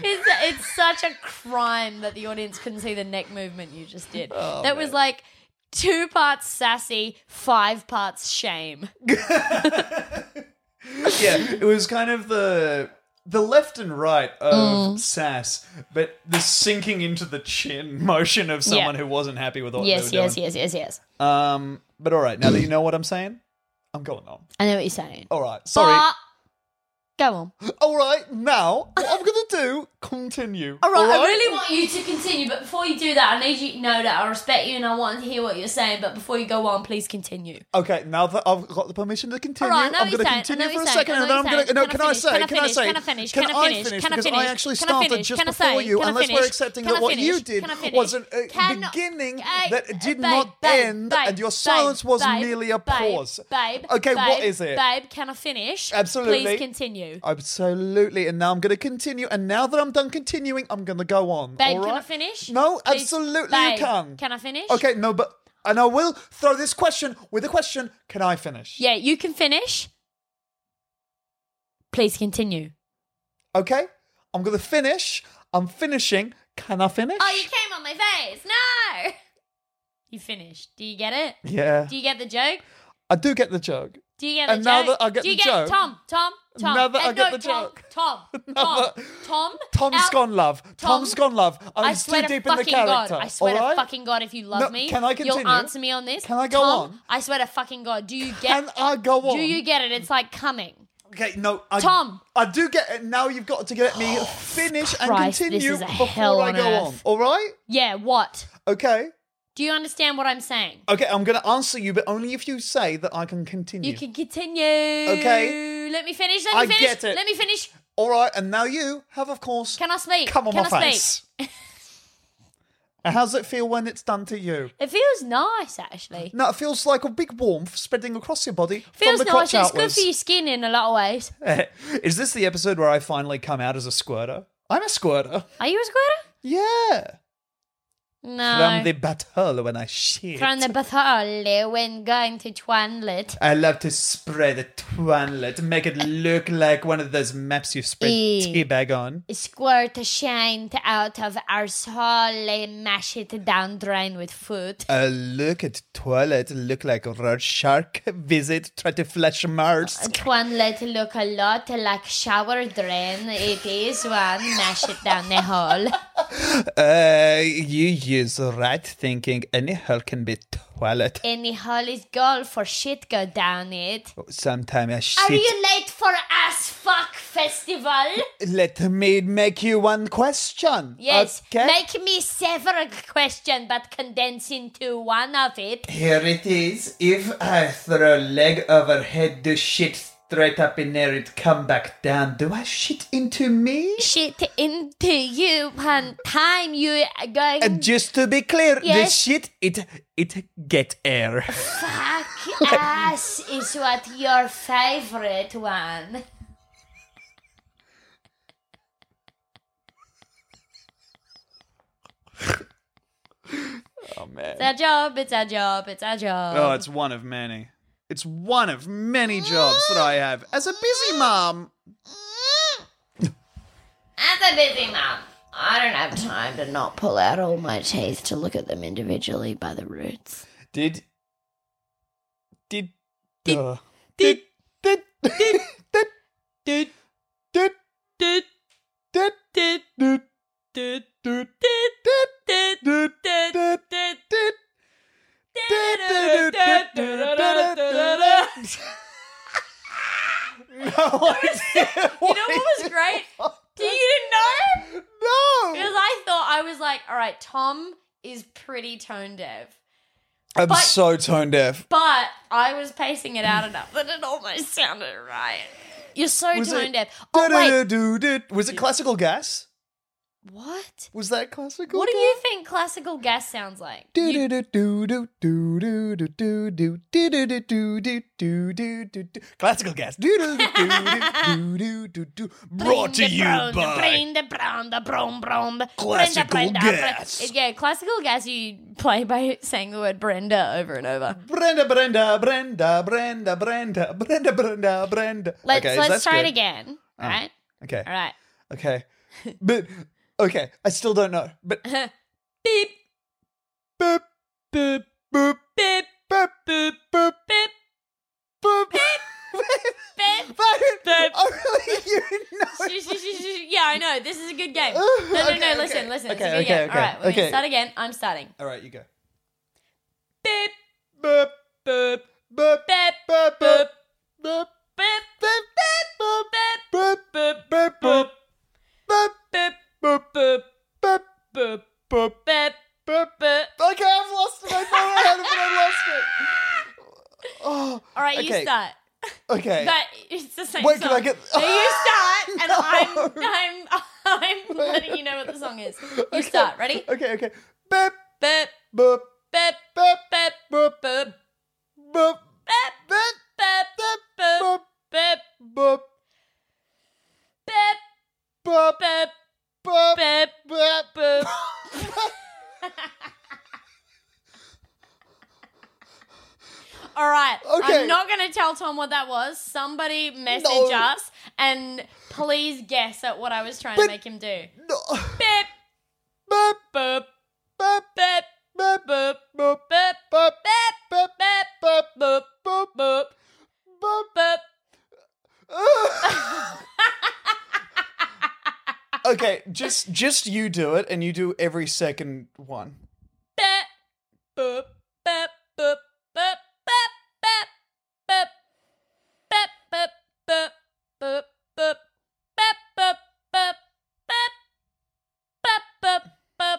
Speaker 2: It's, it's such a crime that the audience couldn't see the neck movement you just did.
Speaker 1: Oh,
Speaker 2: that was like two parts sassy, five parts shame.
Speaker 1: yeah, it was kind of the the left and right of
Speaker 2: Mm.
Speaker 1: sass, but the sinking into the chin motion of someone
Speaker 2: Yeah.
Speaker 1: who wasn't happy with what
Speaker 2: Yes,
Speaker 1: they were
Speaker 2: yes,
Speaker 1: doing.
Speaker 2: yes, yes, yes.
Speaker 1: Um, but all right. Now that you know what I'm saying, I'm going on.
Speaker 2: I know what you're saying.
Speaker 1: All right. Oh, Sorry.
Speaker 2: But- go on.
Speaker 1: All right. Now what I'm gonna do? Continue.
Speaker 2: All right, I really want you to continue, but before you do that, I need you to know that I respect you and I want to hear what you're saying, but before you go on, please continue.
Speaker 1: Okay, now that I've got the permission to continue,
Speaker 2: All right, I know what
Speaker 1: I'm going to
Speaker 2: you're saying, I know
Speaker 1: continue
Speaker 2: what
Speaker 1: for a
Speaker 2: you're
Speaker 1: second,
Speaker 2: saying,
Speaker 1: and
Speaker 2: I
Speaker 1: then
Speaker 2: know
Speaker 1: I'm
Speaker 2: what
Speaker 1: going to.
Speaker 2: you're
Speaker 1: No,
Speaker 2: saying.
Speaker 1: can I
Speaker 2: Can I
Speaker 1: say? Can I
Speaker 2: finish?
Speaker 1: say?
Speaker 2: Can I finish?
Speaker 1: Can
Speaker 2: Can I
Speaker 1: I
Speaker 2: finish?
Speaker 1: finish?
Speaker 2: Can I
Speaker 1: Because I
Speaker 2: finish?
Speaker 1: actually
Speaker 2: Can I
Speaker 1: started
Speaker 2: finish?
Speaker 1: just
Speaker 2: Can I
Speaker 1: before
Speaker 2: say?
Speaker 1: you,
Speaker 2: Can I
Speaker 1: unless we're
Speaker 2: finish?
Speaker 1: accepting
Speaker 2: Can
Speaker 1: that
Speaker 2: I
Speaker 1: what you
Speaker 2: finish?
Speaker 1: did
Speaker 2: Can I finish?
Speaker 1: was a
Speaker 2: Can-
Speaker 1: beginning
Speaker 2: Hey,
Speaker 1: that it did
Speaker 2: babe,
Speaker 1: not
Speaker 2: babe,
Speaker 1: end,
Speaker 2: babe,
Speaker 1: and your
Speaker 2: babe,
Speaker 1: silence was
Speaker 2: babe,
Speaker 1: merely a
Speaker 2: babe,
Speaker 1: pause.
Speaker 2: Babe,
Speaker 1: Okay, what
Speaker 2: babe,
Speaker 1: is it?
Speaker 2: Babe, can I finish?
Speaker 1: Absolutely.
Speaker 2: Please continue.
Speaker 1: Absolutely, and now I'm going to continue. And now that I'm done continuing, I'm going to go on.
Speaker 2: Babe,
Speaker 1: all
Speaker 2: can I
Speaker 1: right?
Speaker 2: finish?
Speaker 1: No,
Speaker 2: Please-
Speaker 1: absolutely,
Speaker 2: Babe,
Speaker 1: you can.
Speaker 2: Can I finish?
Speaker 1: Okay, no, but and I will throw this question with a question. Can I finish?
Speaker 2: Yeah, you can finish. Please continue.
Speaker 1: Okay, I'm going to finish. I'm finishing. Can I finish?
Speaker 2: Oh, you came on my face. No. You finished. Do you get it?
Speaker 1: Yeah.
Speaker 2: Do you get the joke?
Speaker 1: I do get the joke.
Speaker 2: Do you get the
Speaker 1: And now
Speaker 2: joke?
Speaker 1: that I get
Speaker 2: Do you
Speaker 1: the
Speaker 2: get it?
Speaker 1: joke-
Speaker 2: Tom, Tom, Tom.
Speaker 1: Now that
Speaker 2: And
Speaker 1: I get
Speaker 2: no,
Speaker 1: the
Speaker 2: Tom,
Speaker 1: joke.
Speaker 2: Tom, Tom,
Speaker 1: Now
Speaker 2: Tom.
Speaker 1: Tom's
Speaker 2: Out-
Speaker 1: gone, love.
Speaker 2: Tom,
Speaker 1: Tom's gone, love.
Speaker 2: I
Speaker 1: I'm
Speaker 2: swear
Speaker 1: too
Speaker 2: to
Speaker 1: deep in the
Speaker 2: fucking
Speaker 1: character.
Speaker 2: God. I swear
Speaker 1: all right?
Speaker 2: to fucking God, if you love
Speaker 1: No,
Speaker 2: me,
Speaker 1: can I
Speaker 2: you'll
Speaker 1: continue?
Speaker 2: answer me on this.
Speaker 1: Can I go
Speaker 2: Tom,
Speaker 1: on?
Speaker 2: I swear to fucking God. Do you get?
Speaker 1: Can I go on?
Speaker 2: Do you get it? It's like coming.
Speaker 1: Okay, no. I,
Speaker 2: Tom. Oh,
Speaker 1: I do get it. Now you've got to get me finish and
Speaker 2: Christ, this
Speaker 1: continue
Speaker 2: is a
Speaker 1: before
Speaker 2: hell
Speaker 1: I
Speaker 2: on
Speaker 1: go
Speaker 2: earth.
Speaker 1: on. All right?
Speaker 2: Yeah. What?
Speaker 1: Okay.
Speaker 2: Do you understand what I'm saying?
Speaker 1: Okay, I'm going to answer you, but only if you say that I can continue.
Speaker 2: You can continue.
Speaker 1: Okay.
Speaker 2: Let me finish. Let me
Speaker 1: I
Speaker 2: finish.
Speaker 1: get it.
Speaker 2: Let me finish.
Speaker 1: All right, and now you have, of course,
Speaker 2: Can I speak?
Speaker 1: come on
Speaker 2: Can
Speaker 1: my
Speaker 2: I
Speaker 1: face. and how's it feel when it's done to you?
Speaker 2: It feels nice, actually.
Speaker 1: No, it feels like a big warmth spreading across your body
Speaker 2: Feels
Speaker 1: from
Speaker 2: nice.
Speaker 1: the crotch
Speaker 2: It's good
Speaker 1: outwards.
Speaker 2: for your skin in a lot of ways.
Speaker 1: Is this the episode where I finally come out as a squirter? I'm a squirter.
Speaker 2: Are you a squirter?
Speaker 1: Yeah.
Speaker 2: No.
Speaker 1: From the battle when I shit.
Speaker 2: From the Bathali when going to Twanlet.
Speaker 1: I love to spray the twanlet, make it look like one of those maps you spread
Speaker 2: Ew.
Speaker 1: tea bag on.
Speaker 2: Squirt a shint out of our soul and mash it down drain with food.
Speaker 1: I look at toilet, look like a road shark, visit, try to flush Mars.
Speaker 2: Uh, Twanlet look a lot like shower drain. It is one. Mash it down the hole.
Speaker 1: Uh, you use right thinking, any hell can be toilet.
Speaker 2: Any hole is gold for shit go down it.
Speaker 1: Sometime I Oh, shit.
Speaker 2: Are you late for ass fuck festival?
Speaker 1: Let me make you one question.
Speaker 2: Yes.
Speaker 1: Okay.
Speaker 2: Make me several question, but condense into one of it.
Speaker 1: Here it is. If I throw leg over head, do shit straight up in air, it come back down. Do I shit into me?
Speaker 2: Shit into you one time. You are going
Speaker 1: And just to be clear,
Speaker 2: Yes.
Speaker 1: the shit it it get air.
Speaker 2: fuck ass is what your favorite one.
Speaker 1: Oh man.
Speaker 2: It's our job. It's our job. It's our job.
Speaker 1: Oh,
Speaker 6: Oh,
Speaker 1: it's one of many.
Speaker 6: It's one of many jobs that I have as a busy mom.
Speaker 7: As a busy mum, I don't have time to not pull out all my teeth to look at them individually by the roots.
Speaker 1: Did. Did. Duh. Did. Did. Did. Did. Did. Did. Did. Did. Did. Did. Did. Did. Did. Did. Did. Did. Did. No idea
Speaker 2: You know what was great? Do you didn't know?
Speaker 1: No!
Speaker 2: Because I thought I was like, all right, Tom is pretty tone deaf,
Speaker 1: I'm
Speaker 2: But-
Speaker 1: so tone deaf.
Speaker 2: but I was pacing it out enough that it almost sounded right. You're so
Speaker 1: Was
Speaker 2: tone
Speaker 1: it-
Speaker 2: deaf. Oh wait,
Speaker 1: Du-du-du-du-du. Was it classical gas?
Speaker 2: what?
Speaker 1: Was that classical?
Speaker 2: What do you think classical gas sounds like?
Speaker 1: Do-do-do-do-do-do-do-do-do-do-do-do-do-do-do-do. Classical gas. Do-do-do-do-do-do-do-do. Brought to you by Classical gas.
Speaker 2: Yeah, classical gas you play by saying the word Brenda over and over.
Speaker 1: Brenda, Brenda, Brenda, Brenda, Brenda, Brenda, Brenda, Brenda.
Speaker 2: Let's
Speaker 1: Okay,
Speaker 2: let's
Speaker 1: that's
Speaker 2: try
Speaker 1: good.
Speaker 2: it again.
Speaker 1: Oh.
Speaker 2: All right. All
Speaker 1: Okay,
Speaker 2: right.
Speaker 1: okay. But, okay, I still don't know. But,
Speaker 2: Beep
Speaker 1: boop, boop, boop,
Speaker 2: beep
Speaker 1: boop, boop, boop,
Speaker 2: beep
Speaker 1: boop.
Speaker 2: beep.
Speaker 1: Byron,
Speaker 2: Boop.
Speaker 1: I really, you know.
Speaker 2: Sh- sh- sh- sh- yeah, I know. This is a good game. No, no,
Speaker 1: Okay,
Speaker 2: no.
Speaker 1: okay.
Speaker 2: Listen, listen. it's a
Speaker 1: Okay,
Speaker 2: good
Speaker 1: okay,
Speaker 2: game.
Speaker 1: okay,
Speaker 2: All right, we're
Speaker 1: okay.
Speaker 2: gonna start again. I'm starting.
Speaker 1: All right, you go.
Speaker 2: Beep
Speaker 1: Boop, boop, boop,
Speaker 2: beep
Speaker 1: boop, boop,
Speaker 2: boop
Speaker 1: boop,
Speaker 2: beep
Speaker 1: boop, boop,
Speaker 2: beep
Speaker 1: boop, boop, boop, boop, boop,
Speaker 2: beep
Speaker 1: boop,
Speaker 2: boop
Speaker 1: boop,
Speaker 2: boop
Speaker 1: boop,
Speaker 2: beep
Speaker 1: boop.
Speaker 2: boop.
Speaker 1: Okay, I've lost it. I thought I had it, but I lost it. Oh,
Speaker 2: All right, you
Speaker 1: Okay.
Speaker 2: start.
Speaker 1: okay.
Speaker 2: But it's the same.
Speaker 1: Wait,
Speaker 2: song.
Speaker 1: can I get?
Speaker 2: So you start, and
Speaker 1: No.
Speaker 2: I'm I'm I'm letting you know what the song is. You start. Ready?
Speaker 1: Okay, okay. Boop,
Speaker 2: Beep
Speaker 1: boop,
Speaker 2: beep
Speaker 1: boop,
Speaker 2: beep
Speaker 1: boop,
Speaker 2: beep
Speaker 1: boop,
Speaker 2: beep
Speaker 1: boop,
Speaker 2: beep
Speaker 1: boop,
Speaker 2: beep
Speaker 1: boop,
Speaker 2: beep
Speaker 1: boop,
Speaker 2: beep
Speaker 1: boop,
Speaker 2: beep
Speaker 1: boop,
Speaker 2: beep
Speaker 1: boop.
Speaker 2: boop. All right.
Speaker 1: Okay.
Speaker 2: I'm not going to tell Tom what that was. Somebody message
Speaker 1: No.
Speaker 2: us and please guess at what I was trying
Speaker 1: But-
Speaker 2: to make him do.
Speaker 1: No.
Speaker 2: Beep,
Speaker 1: Boop,
Speaker 2: boop,
Speaker 1: boop,
Speaker 2: beep,
Speaker 1: boop,
Speaker 2: boop,
Speaker 1: boop,
Speaker 2: beep,
Speaker 1: boop,
Speaker 2: beep,
Speaker 1: boop,
Speaker 2: beep,
Speaker 1: boop,
Speaker 2: boop,
Speaker 1: boop,
Speaker 2: boop,
Speaker 1: boop.
Speaker 2: boop.
Speaker 1: okay, just just you do it, and you do every second one.
Speaker 2: Beep, boop, beep, boop, beep, beep, beep, beep, beep, beep, boop, boop, boop, beep, boop, boop, beep, beep, boop, boop, boop, boop, beep, boop, boop, boop, beep, boop, boop, boop, beep, boop, beep, beep,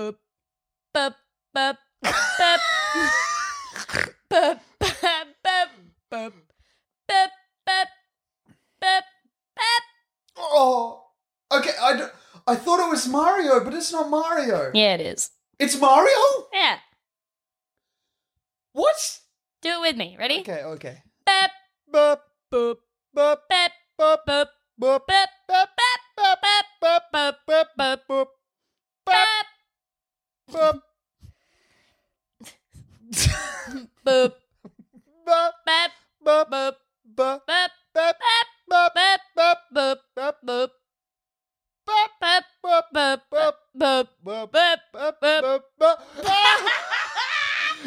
Speaker 2: boop, beep, beep, beep, beep.
Speaker 1: Oh, okay. I, d- I thought it was Mario, but it's not Mario.
Speaker 2: Yeah, it is.
Speaker 1: It's Mario.
Speaker 2: Yeah.
Speaker 1: What?
Speaker 2: Do it with me. Ready?
Speaker 1: Okay, okay.
Speaker 2: Bep,
Speaker 1: Boop, boop, boop,
Speaker 2: bep,
Speaker 1: boop,
Speaker 2: boop,
Speaker 1: boop,
Speaker 2: bep,
Speaker 1: boop,
Speaker 2: bep,
Speaker 1: boop,
Speaker 2: bep,
Speaker 1: boop,
Speaker 2: bep,
Speaker 1: boop, boop, boop,
Speaker 2: bep,
Speaker 1: boop,
Speaker 2: boop,
Speaker 1: boop,
Speaker 2: bep,
Speaker 1: boop, boop, boop,
Speaker 2: bep,
Speaker 1: boop,
Speaker 2: bep,
Speaker 1: boop,
Speaker 2: bep,
Speaker 1: boop,
Speaker 2: boop,
Speaker 1: boop,
Speaker 2: boop,
Speaker 1: boop,
Speaker 2: bep,
Speaker 1: boop,
Speaker 2: boop,
Speaker 1: boop,
Speaker 2: boop,
Speaker 1: boop,
Speaker 2: boop.
Speaker 1: boop, boop, boop.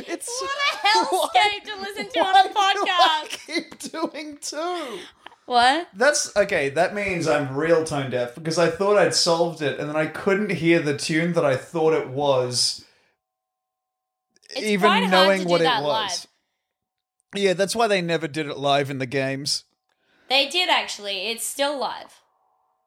Speaker 1: It's
Speaker 2: What a hellscape to listen to on a
Speaker 1: Why do I
Speaker 2: podcast.
Speaker 1: keep doing two?
Speaker 2: What?
Speaker 6: That's okay. That means I'm real tone deaf because I thought I'd solved it, and then I couldn't hear the tune that I thought it was,
Speaker 2: It's
Speaker 1: even
Speaker 2: quite hard
Speaker 1: knowing
Speaker 2: to do
Speaker 1: what
Speaker 2: that
Speaker 1: it was. Yeah, that's why they never did it live in the games.
Speaker 2: They did actually. It's still live.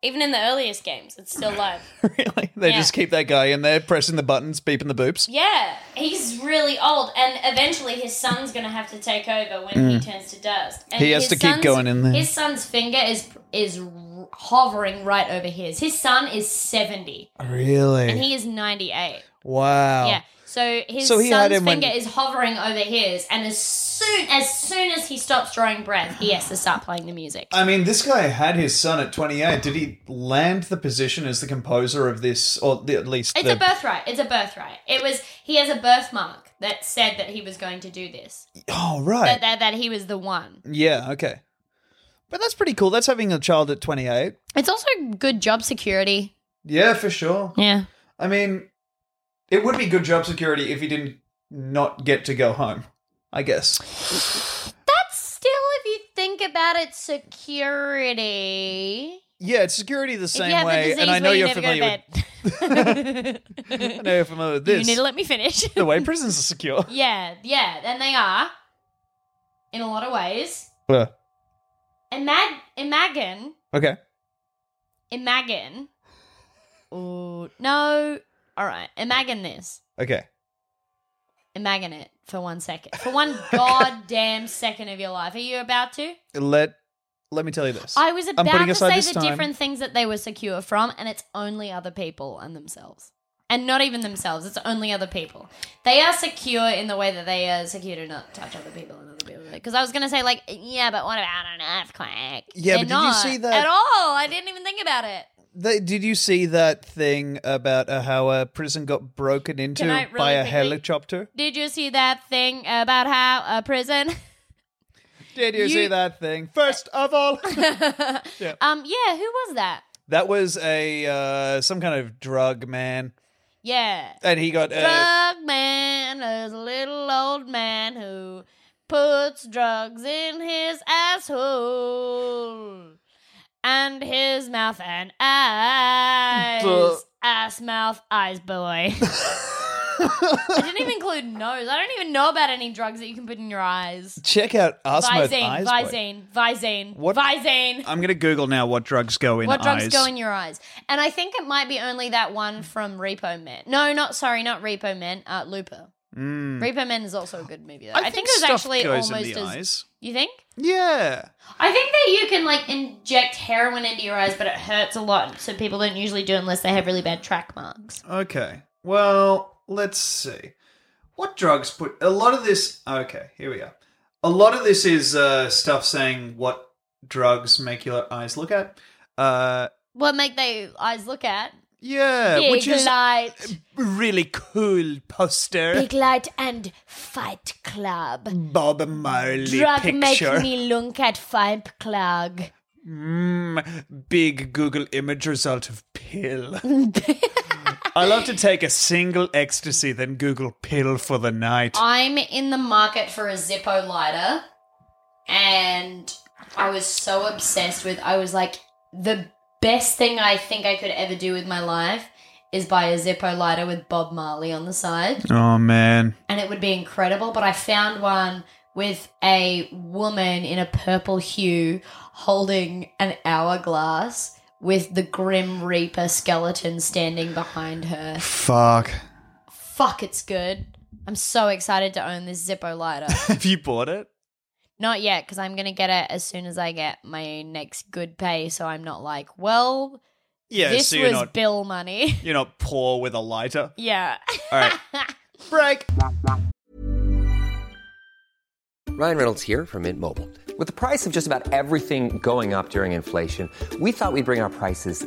Speaker 2: Even in the earliest games, it's still live.
Speaker 1: really? They
Speaker 2: Yeah.
Speaker 1: just keep that guy in there pressing the buttons, beeping the boops.
Speaker 2: Yeah, he's really old, and eventually his son's gonna have to take over when he turns to dust. And
Speaker 1: Mm. He has
Speaker 2: his
Speaker 1: to keep
Speaker 2: son's-
Speaker 1: going in there.
Speaker 2: His son's finger is is r- hovering right over his. His son is seventy,
Speaker 1: Really?
Speaker 2: and he is ninety eight.
Speaker 1: wow.
Speaker 2: Yeah, so his
Speaker 1: Oh. So he had
Speaker 2: son's
Speaker 1: him when-
Speaker 2: finger is hovering over his, and as soon, as soon as he stops drawing breath, he has to start playing the music.
Speaker 1: I mean, this guy had his son at 28. Did he land the position as the composer of this, or the, at least
Speaker 2: It's
Speaker 1: the,
Speaker 2: a birthright. It's a birthright. It was he has a birthmark that said that he was going to do this.
Speaker 1: Oh, right.
Speaker 2: That that, that he was the one.
Speaker 1: yeah, okay. But that's pretty cool. That's having a child at 28.
Speaker 2: It's also good job security.
Speaker 1: Yeah, for sure.
Speaker 2: Yeah.
Speaker 1: I mean, it would be good job security if he didn't not get to go home, I guess.
Speaker 2: That's still if you think about it security.
Speaker 1: Yeah, it's security the
Speaker 2: if
Speaker 1: same
Speaker 2: you have a
Speaker 1: way,
Speaker 2: disease
Speaker 1: and I know
Speaker 2: where you
Speaker 1: you're
Speaker 2: never
Speaker 1: familiar with.
Speaker 2: go to bed.
Speaker 1: I know you're familiar with
Speaker 2: You
Speaker 1: this.
Speaker 2: need to let me finish.
Speaker 1: the way prisons are secure.
Speaker 2: yeah, yeah, and they are. In a lot of ways.
Speaker 1: Yeah.
Speaker 2: Imag- imagine.
Speaker 1: Okay.
Speaker 2: Imagine. Ooh, no. All right. Imagine this.
Speaker 1: Okay.
Speaker 2: Imagine it for one second. For one goddamn second of your life. Are you about to?
Speaker 1: Let Let me tell you this.
Speaker 2: I was
Speaker 1: I'm
Speaker 2: about
Speaker 1: putting
Speaker 2: to
Speaker 1: aside
Speaker 2: say
Speaker 1: this
Speaker 2: the
Speaker 1: time.
Speaker 2: different things that they were secure from, and it's only other people and themselves. And not even themselves, it's only other people. They are secure in the way that they are secure to not touch other people and other people. Because I was going to say, like, yeah, but what about an earthquake? They're
Speaker 1: Yeah, but did you
Speaker 2: not
Speaker 1: see that-
Speaker 2: At all. I didn't even think about it.
Speaker 1: They, did you see that thing about uh, how a prison got broken into
Speaker 2: I really
Speaker 1: by a
Speaker 2: quickly-
Speaker 1: helicopter?
Speaker 2: Did you see that thing about how a prison.
Speaker 1: Did you,
Speaker 2: You-
Speaker 1: see that thing? First of all,
Speaker 2: um, yeah, who was that?
Speaker 1: that was a uh, some kind of drug man,
Speaker 2: Yeah.
Speaker 1: and he got uh,
Speaker 2: Drug man is a little old man who puts drugs in his asshole and his mouth and eyes.
Speaker 1: Duh.
Speaker 2: Ass, mouth, eyes, boy. I didn't even include nose. I don't even know about any drugs that you can put in your eyes.
Speaker 1: check out Osmo
Speaker 2: Visine, Visine, Visine,
Speaker 1: What-
Speaker 2: Visine.
Speaker 1: I'm gonna Google now what drugs go in
Speaker 2: What drugs
Speaker 1: eyes.
Speaker 2: go in your eyes? And I think it might be only that one from Repo Man. No, not sorry, not Repo Man. Uh, Looper. Repo Man is also a good movie. Though. I, think, it was
Speaker 1: Mm. stuff
Speaker 2: actually
Speaker 1: goes
Speaker 2: almost
Speaker 1: in the
Speaker 2: as
Speaker 1: eyes.
Speaker 2: you think.
Speaker 1: Yeah.
Speaker 2: I think that you can like inject heroin into your eyes, but it hurts a lot, so people don't usually do it unless they have really bad track marks.
Speaker 1: Okay. Well, let's see. What drugs put a lot of this? Okay, here we are. A lot of this is uh, stuff saying what drugs make your eyes look at. Uh,
Speaker 2: What make they eyes look at?
Speaker 1: yeah,
Speaker 2: Big
Speaker 1: Uh, which is
Speaker 2: light,
Speaker 1: really cool poster.
Speaker 2: big light, and Fight Club.
Speaker 1: Bob Marley
Speaker 2: Drug
Speaker 1: picture.
Speaker 2: make me look at Fight Club.
Speaker 1: Mm, big Google image result of pill. I love to take a single ecstasy, then Google pill for the night.
Speaker 2: I'm in the market for a Zippo lighter, and I was so obsessed with. I was like, the best thing I think I could ever do with my life is buy a Zippo lighter with Bob Marley on the side,
Speaker 1: Oh man.
Speaker 2: and it would be incredible. But I found one with a woman in a purple hue holding an hourglass with the Grim Reaper skeleton standing behind her.
Speaker 1: Fuck.
Speaker 2: Fuck, it's good. I'm so excited to own this Zippo lighter.
Speaker 1: Have you bought it?
Speaker 2: Not yet, because I'm gonna get it as soon as I get my next good pay. So I'm not like, well,
Speaker 1: Yeah,
Speaker 2: this
Speaker 1: so you're
Speaker 2: was
Speaker 1: not
Speaker 2: bill money.
Speaker 1: you're not poor with a lighter.
Speaker 2: yeah.
Speaker 1: Alright. Break.
Speaker 8: Ryan Reynolds here from Mint Mobile. With the price of just about everything going up during inflation, we thought we'd bring our prices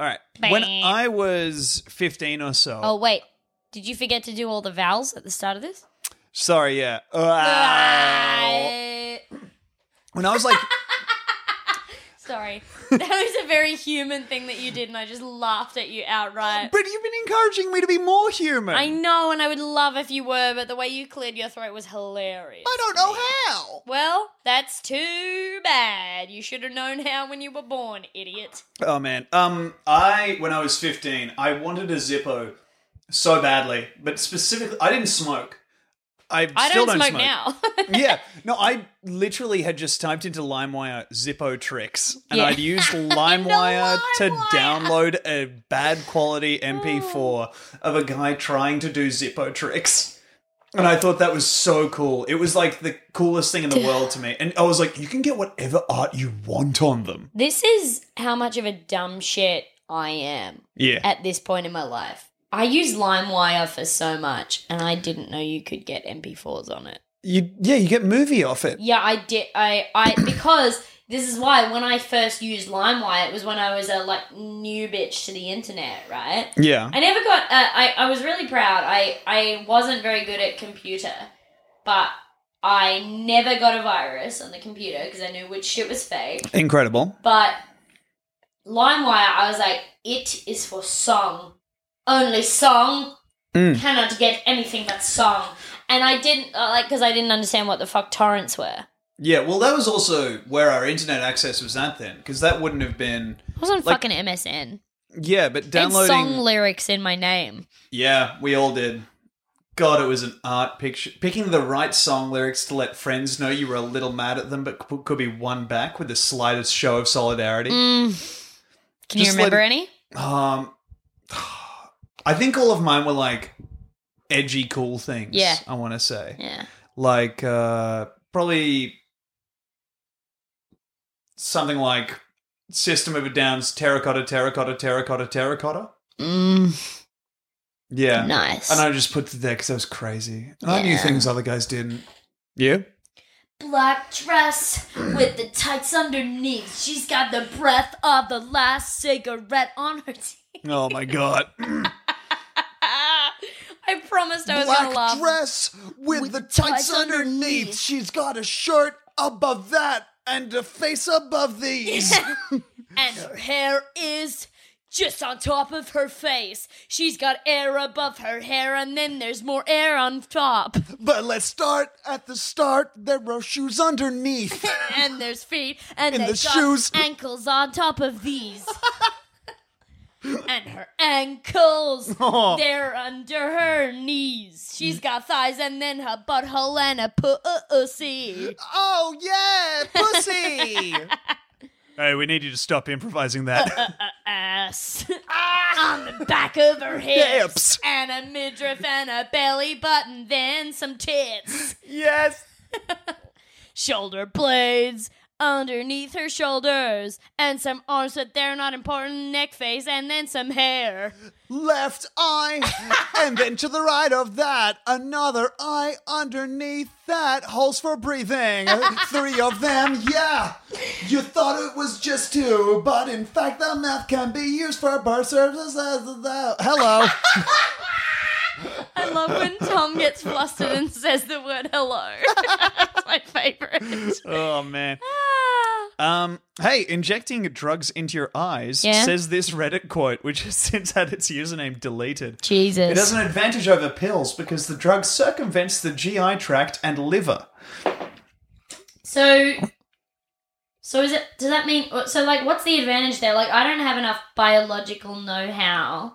Speaker 1: Alright. When I was fifteen or so.
Speaker 2: Oh wait, did you forget to do all the vowels at the start of this?
Speaker 1: Sorry, yeah. Oh.
Speaker 2: Ah.
Speaker 1: When I was like
Speaker 2: Sorry, that was a very human thing that you did, and I just laughed at you outright.
Speaker 1: But you've been encouraging me to be more human.
Speaker 2: I know, and I would love if you were, but the way you cleared your throat was hilarious.
Speaker 1: I don't know how.
Speaker 2: Well, that's too bad. You should have known how when you were born, idiot.
Speaker 1: Oh man. Um I when I was 15, I wanted a Zippo so badly, but specifically I didn't smoke. I,
Speaker 3: I
Speaker 1: still
Speaker 3: don't
Speaker 1: don't
Speaker 3: smoke now.
Speaker 1: yeah. No, I literally had just typed into LimeWire Zippo tricks and
Speaker 2: Yeah.
Speaker 1: I'd used LimeWire Oh. to
Speaker 2: LimeWire.
Speaker 1: download a bad quality MP4 of a guy trying to do Zippo tricks. And I thought that was so cool. It was like the coolest thing in the world to me. And I was like, you can get whatever art you want on them.
Speaker 2: This is how much of a dumb shit I am
Speaker 1: Yeah.
Speaker 2: at this point in my life. I use LimeWire for so much, and I didn't know you could get MP4s on it.
Speaker 1: you yeah, you get movie off it.
Speaker 2: Yeah, I did. I, I because this is why when I first used LimeWire, it was when I was a like new bitch to the internet, right?
Speaker 1: Yeah.
Speaker 2: I never got. Uh, I I was really proud. I I wasn't very good at computer, but I never got a virus on the computer because I knew which shit was fake.
Speaker 1: Incredible.
Speaker 2: But LimeWire, I was like, it is for song. Only song.
Speaker 1: Mm.
Speaker 2: Cannot get anything but song. And I didn't, uh, like, because I didn't understand what the fuck torrents were.
Speaker 1: Yeah, well that was also where our internet access was at then, because that wouldn't have been
Speaker 2: I was on
Speaker 1: Like-
Speaker 2: fucking MSN.
Speaker 1: Yeah, but
Speaker 2: And
Speaker 1: downloading
Speaker 2: song lyrics in my name.
Speaker 1: Yeah, we all did. God, it was an art picture. Picking the right song lyrics to let friends know you were a little mad at them, but c- could be won back with the slightest show of solidarity.
Speaker 2: Mm. Can
Speaker 1: Just
Speaker 2: you remember
Speaker 1: let-
Speaker 2: any?
Speaker 1: Um, I think all of mine were like edgy, cool things.
Speaker 2: Yeah.
Speaker 1: I want to say
Speaker 2: Yeah.
Speaker 1: like uh, probably something like System of a Down's "Terracotta, Terracotta, Terracotta, Terracotta."
Speaker 2: Mm,
Speaker 1: Yeah,
Speaker 2: Nice.
Speaker 1: And I just put it there because I was crazy. And I knew
Speaker 2: Yeah.
Speaker 1: things other guys didn't. Yeah?
Speaker 2: Black dress with the tights underneath. She's got the breath of the last cigarette on her teeth.
Speaker 1: Oh my god.
Speaker 2: I promised I was going to
Speaker 1: Black
Speaker 2: laugh.
Speaker 1: dress with, the tights
Speaker 2: tights
Speaker 1: underneath.
Speaker 2: underneath.
Speaker 1: She's got a shirt above that and a face above these.
Speaker 2: and her hair is just on top of her face. She's got air above her hair, and then there's more air on top.
Speaker 1: but let's start at the start. There are shoes underneath.
Speaker 2: And there's feet, and,
Speaker 1: And
Speaker 2: they
Speaker 1: the
Speaker 2: got
Speaker 1: shoes.
Speaker 2: ankles on top of these. and her ankles,
Speaker 1: Oh.
Speaker 2: they're under her knees. She's got thighs, and then her butthole and a pussy.
Speaker 1: oh yeah, pussy. hey, we need you to stop improvising that.
Speaker 2: ass
Speaker 1: Ah.
Speaker 2: on the back of her hips, and a midriff and a belly button, then some tits,
Speaker 1: yes.
Speaker 2: shoulder blades underneath her shoulders, and some arms but they're not important, neck face, and then some hair.
Speaker 1: left eye, and then to the right of that, another eye underneath that, holes for breathing. Three of them, yeah. You thought it was just two, but in fact, the math can be used for birth services. Hello.
Speaker 2: I love when Tom gets flustered and says the word hello. That's my favorite.
Speaker 1: Oh man.
Speaker 2: Ah.
Speaker 1: Um, hey, injecting drugs into your eyes
Speaker 2: Yeah?
Speaker 1: says this Reddit quote, which has since had its username deleted.
Speaker 2: Jesus.
Speaker 1: It has an advantage over pills because the drug circumvents the GI tract and liver.
Speaker 2: So, so is it? Does that mean? So, like, what's the advantage there? Like, I don't have enough biological know-how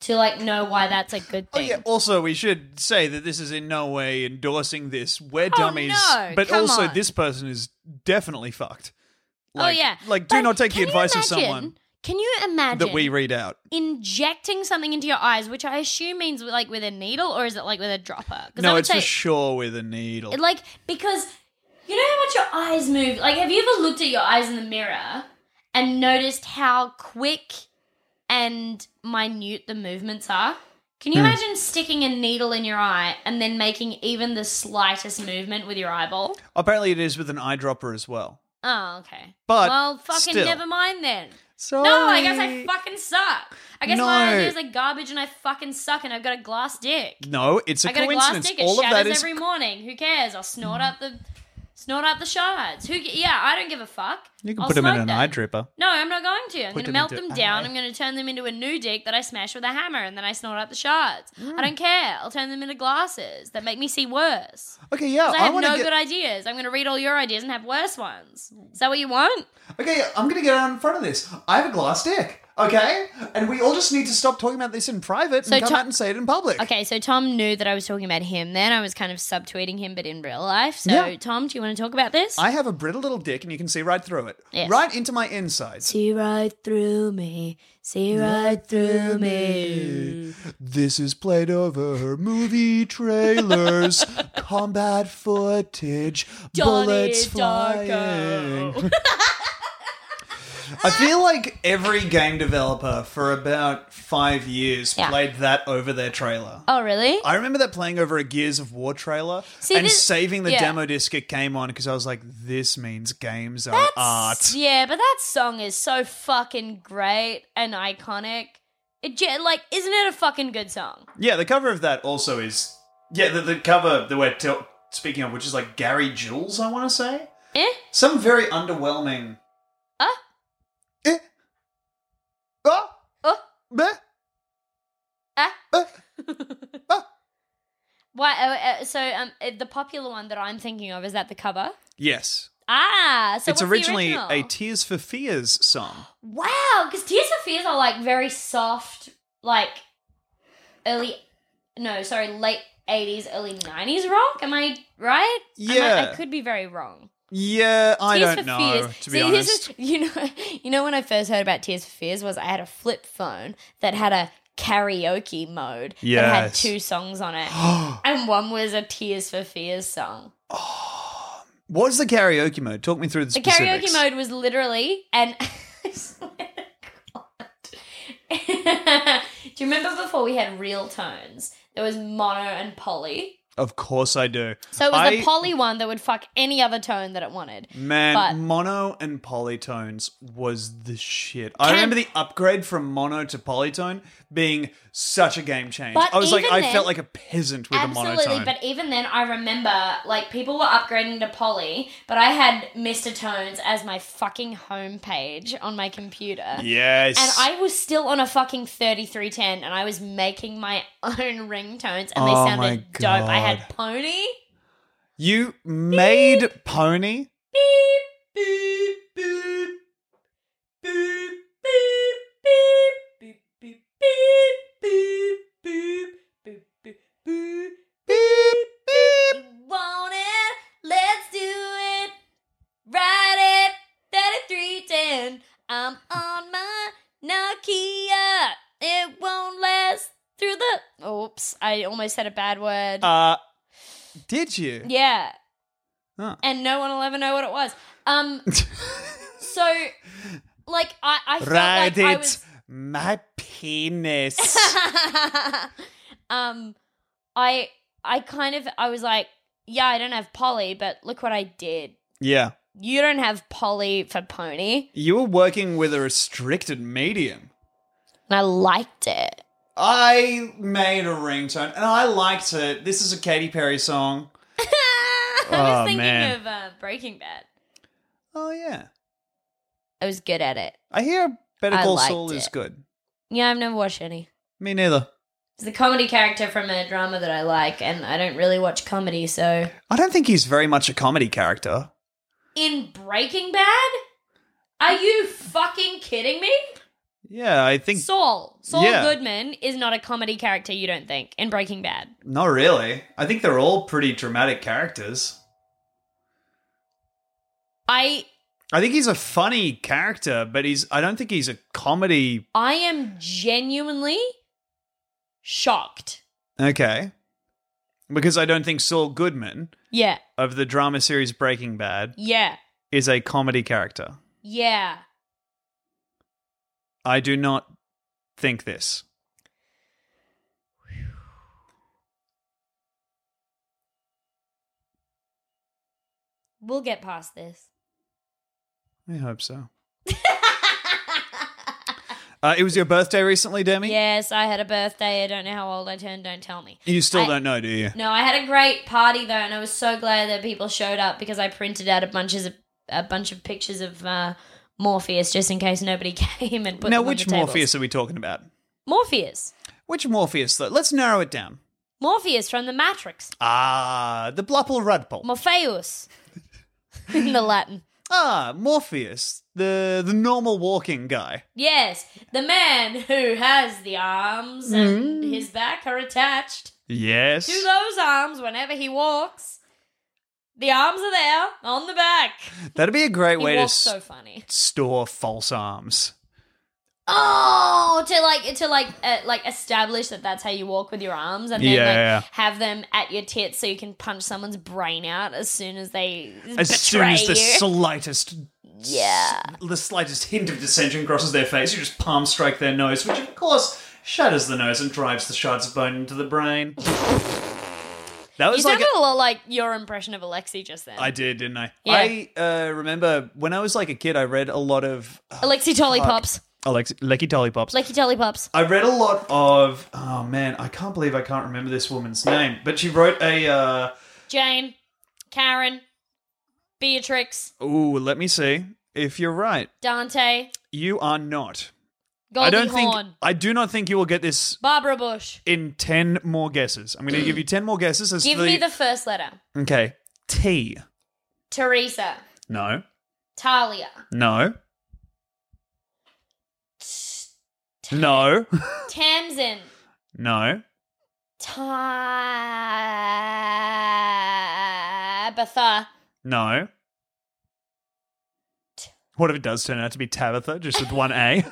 Speaker 2: to like know why that's a good
Speaker 1: Oh
Speaker 2: thing.
Speaker 1: yeah. Also, we should say that this is in no way endorsing this. We're dummies,
Speaker 2: Oh, no,
Speaker 1: but
Speaker 2: come
Speaker 1: also
Speaker 2: on.
Speaker 1: this person is definitely fucked.
Speaker 2: Oh, yeah.
Speaker 1: Like, do
Speaker 2: But
Speaker 1: not take the
Speaker 2: can you
Speaker 1: advice of
Speaker 2: imagine-
Speaker 1: someone
Speaker 2: Can you imagine
Speaker 1: that we read out.
Speaker 2: injecting something into your eyes, which I assume means like with a needle, or is it like with a dropper? 'Cause I
Speaker 1: No,
Speaker 2: would
Speaker 1: it's
Speaker 2: say-
Speaker 1: for sure with a needle.
Speaker 2: It, Like because you know how much your eyes move. Like have you ever looked at your eyes in the mirror and noticed how quick and minute the movements are? Can
Speaker 1: Hmm.
Speaker 2: you imagine sticking a needle in your eye and then making even the slightest movement with your eyeball?
Speaker 1: Apparently, it is with an eyedropper as well.
Speaker 2: Oh, okay.
Speaker 1: But
Speaker 2: well, fucking
Speaker 1: still.
Speaker 2: never mind then.
Speaker 1: So
Speaker 2: No, I guess I fucking suck. I guess what
Speaker 1: No.
Speaker 2: I do is like garbage and I fucking suck and I've got a glass dick.
Speaker 1: no, it's a
Speaker 2: I got a glass
Speaker 1: coincidence.
Speaker 2: dick. It
Speaker 1: All of
Speaker 2: shatters
Speaker 1: that is
Speaker 2: every morning. Who cares? I'll snort up the snort up the shards. Who? ca- Yeah, I don't give a fuck.
Speaker 1: you can
Speaker 2: I'll
Speaker 1: put them in
Speaker 2: smoke
Speaker 1: an eye dripper.
Speaker 2: No, I'm not going to. I'm going
Speaker 1: Put
Speaker 2: to
Speaker 1: them
Speaker 2: melt
Speaker 1: into
Speaker 2: them down.
Speaker 1: eye.
Speaker 2: I'm going to turn them into a new dick that I smash with a hammer, and then I snort up the shards.
Speaker 1: Mm.
Speaker 2: I don't care. I'll turn them into glasses that make me see worse.
Speaker 1: Okay, yeah,
Speaker 2: 'Cause I
Speaker 1: I
Speaker 2: have
Speaker 1: want to
Speaker 2: no
Speaker 1: get.
Speaker 2: good ideas. I'm going to read all your ideas and have worse ones. Is that what you want?
Speaker 1: okay, I'm gonna get out in front of this. I have a glass dick. Okay? And we all just need to stop talking about this in private and
Speaker 2: So
Speaker 1: come
Speaker 2: Tom-
Speaker 1: out and say it in public.
Speaker 2: Okay, so Tom knew that I was talking about him then. I was kind of subtweeting him, but in real life. So,
Speaker 1: Yeah.
Speaker 2: Tom, do you want to talk about this?
Speaker 1: I have a brittle little dick and you can see right through it.
Speaker 2: Yes.
Speaker 1: Right into my insides.
Speaker 2: see right through me. See right through me.
Speaker 1: This is played over movie trailers, combat footage,
Speaker 2: Johnny
Speaker 1: bullets
Speaker 2: Darko.
Speaker 1: flying. I feel like every game developer for about five years
Speaker 2: Yeah.
Speaker 1: played that over their trailer.
Speaker 2: Oh, really?
Speaker 1: I remember that playing over a Gears of War trailer
Speaker 2: See,
Speaker 1: and
Speaker 2: this-
Speaker 1: saving the
Speaker 2: yeah.
Speaker 1: demo disc it came on because I was like, this means games are art.
Speaker 2: Yeah, but that song is so fucking great and iconic. It, ge- like, isn't it a fucking good song?
Speaker 1: Yeah, the cover of that also is. Yeah, the, the cover that we're t- speaking of, which is like Gary Jules, I want to say.
Speaker 2: Eh?
Speaker 1: Some very underwhelming.
Speaker 2: Uh?
Speaker 1: Eh? Ah?
Speaker 2: Uh?
Speaker 1: Beh?
Speaker 2: Ah?
Speaker 1: Eh? Ah?
Speaker 2: Why? Uh, uh, so, um, uh, the popular one that I'm thinking of is that the cover.
Speaker 1: Yes.
Speaker 2: Ah, so
Speaker 1: it's
Speaker 2: what's
Speaker 1: originally
Speaker 2: the
Speaker 1: a
Speaker 2: original?
Speaker 1: Tears for Fears song.
Speaker 2: Wow, because Tears for Fears are like very soft, like early, no, sorry, late eighties, early nineties rock. Am I right? Am I- I,
Speaker 1: Yeah.
Speaker 2: could be very wrong.
Speaker 1: Yeah, I
Speaker 2: Tears
Speaker 1: don't
Speaker 2: for
Speaker 1: know,
Speaker 2: Fears.
Speaker 1: to be
Speaker 2: See, this
Speaker 1: honest.
Speaker 2: is- you know, you know when I first heard about Tears for Fears was I had a flip phone that had a karaoke mode that had
Speaker 1: Yes.
Speaker 2: two songs on it, and one was a Tears for Fears song.
Speaker 1: What was the karaoke mode? Talk me through the
Speaker 2: The karaoke
Speaker 1: specifics.
Speaker 2: mode was literally and I swear to God. Do you remember before we had real tones? There was mono and poly.
Speaker 1: Of course I do.
Speaker 2: So it was
Speaker 1: I,
Speaker 2: the poly one that would fuck any other tone that it wanted.
Speaker 1: Man,
Speaker 2: but-
Speaker 1: mono and polytones was the shit. I remember the upgrade from mono to polytone being such a game change.
Speaker 2: But
Speaker 1: I was like,
Speaker 2: even
Speaker 1: I
Speaker 2: then-
Speaker 1: felt like a peasant with a
Speaker 2: Absolutely,
Speaker 1: monotone.
Speaker 2: but even then I remember like people were upgrading to poly, but I had Mr. Tones as my fucking homepage on my computer.
Speaker 1: yes.
Speaker 2: And I was still on a fucking 3310 and I was making my own ringtones and they
Speaker 1: Oh my
Speaker 2: sounded dope. I had
Speaker 1: God.
Speaker 2: Pony.
Speaker 1: you made pony.
Speaker 2: Beep, beep, beep. Beep, beep, beep. Beep, beep, beep. Beep, beep, beep. Beep, beep, beep. You want it? Let's do it. Ride it. 3310. I'm on my Nokia. It won't last through the. Oops, I almost said a bad word.
Speaker 1: Uh, did you?
Speaker 2: Yeah.
Speaker 1: Huh.
Speaker 2: And no one will ever know what it was. Um so like I, I felt
Speaker 1: Ride
Speaker 2: like I
Speaker 1: it,
Speaker 2: was
Speaker 1: my penis.
Speaker 2: um I I kind of I was like, yeah, I don't have Polly, but look what I did.
Speaker 1: yeah,
Speaker 2: You don't have Polly for pony.
Speaker 1: you were working with a restricted medium.
Speaker 2: And I liked it.
Speaker 1: I made a ringtone and I liked it. This is a Katy Perry song.
Speaker 2: I was
Speaker 1: Oh,
Speaker 2: thinking
Speaker 1: man.
Speaker 2: of uh, Breaking Bad.
Speaker 1: Oh yeah,
Speaker 2: I was good at it.
Speaker 1: I hear Better
Speaker 2: I
Speaker 1: Call
Speaker 2: liked
Speaker 1: Saul is
Speaker 2: it.
Speaker 1: good.
Speaker 2: Yeah, I've never watched any.
Speaker 1: Me neither.
Speaker 2: It's a comedy character from a drama that I like, and I don't really watch comedy, so
Speaker 1: I don't think he's very much a comedy character.
Speaker 2: in Breaking Bad? Are you fucking kidding me?
Speaker 1: Yeah, I think
Speaker 2: Saul, Saul
Speaker 1: Yeah.
Speaker 2: Goodman is not a comedy character. You don't think in Breaking Bad?
Speaker 1: not really. I think they're all pretty dramatic characters.
Speaker 2: I
Speaker 1: I think he's a funny character, but he's I don't think he's a comedy.
Speaker 2: I am genuinely shocked.
Speaker 1: Okay. Because I don't think Saul Goodman
Speaker 2: Yeah,
Speaker 1: of the drama series Breaking Bad
Speaker 2: yeah,
Speaker 1: is a comedy character.
Speaker 2: yeah.
Speaker 1: I do not think this.
Speaker 2: We'll get past this.
Speaker 1: I hope so. Uh, it was your birthday recently, Demi?
Speaker 2: yes, I had a birthday. I don't know how old I turned. Don't tell me.
Speaker 1: You still
Speaker 2: I-
Speaker 1: don't know, do you?
Speaker 2: No, I had a great party though, and I was so glad that people showed up because I printed out a bunches of a bunch of pictures of uh, Morpheus just in case nobody came and put.
Speaker 1: Now,
Speaker 2: them on
Speaker 1: which
Speaker 2: the tables.
Speaker 1: Morpheus are we talking about?
Speaker 2: Morpheus.
Speaker 1: Which Morpheus, though? Let's narrow it down.
Speaker 2: Morpheus from the Matrix.
Speaker 1: Ah, the Blupple Rudpole.
Speaker 2: Morpheus in the Latin.
Speaker 1: Ah, Morpheus, the the normal walking guy.
Speaker 3: Yes, the man who has the arms and
Speaker 1: Mm.
Speaker 3: his back are attached
Speaker 1: Yes.
Speaker 3: to those arms whenever he walks. The arms are there on the back.
Speaker 1: That'd be a great
Speaker 2: He
Speaker 1: way to
Speaker 2: walks
Speaker 1: s-
Speaker 2: so funny.
Speaker 1: store false arms.
Speaker 2: Oh, to like to like uh, like establish that that's how you walk with your arms, and then
Speaker 1: Yeah.
Speaker 2: like have them at your tits so you can punch someone's brain out as soon as they
Speaker 1: As soon
Speaker 2: betray
Speaker 1: as the
Speaker 2: you.
Speaker 1: slightest
Speaker 2: yeah.
Speaker 1: the slightest hint of dissension crosses their face, you just palm strike their nose, which of course shatters the nose and drives the shards of bone into the brain. That
Speaker 2: You
Speaker 1: was like
Speaker 2: sounded a lot like your impression of Alexi just then.
Speaker 1: I did, didn't I?
Speaker 2: Yeah.
Speaker 1: I uh, remember when I was like a kid, I read a lot of uh,
Speaker 2: Alexi Tolly Pops.
Speaker 1: Alex Lecky Dolly Pops.
Speaker 2: Lecky Tolly Pops.
Speaker 1: I read a lot of. Oh man, I can't believe I can't remember this woman's name. But she wrote a. Uh,
Speaker 2: Jane, Karen, Beatrix,
Speaker 1: ooh, let me see if you're right.
Speaker 2: Dante,
Speaker 1: You are not.
Speaker 2: Goldie
Speaker 1: I don't
Speaker 2: Hawn,
Speaker 1: think. I do not think you will get this
Speaker 2: Barbara Bush.
Speaker 1: in ten more guesses. I'm going to give you ten more guesses. As
Speaker 2: Give
Speaker 1: to the,
Speaker 2: me the first letter.
Speaker 1: Okay. T.
Speaker 2: Teresa,
Speaker 1: No.
Speaker 2: Talia,
Speaker 1: No. No.
Speaker 2: Tamsin,
Speaker 1: No.
Speaker 2: Tabitha.
Speaker 1: No. What if it does turn out to be Tabitha, just with one A?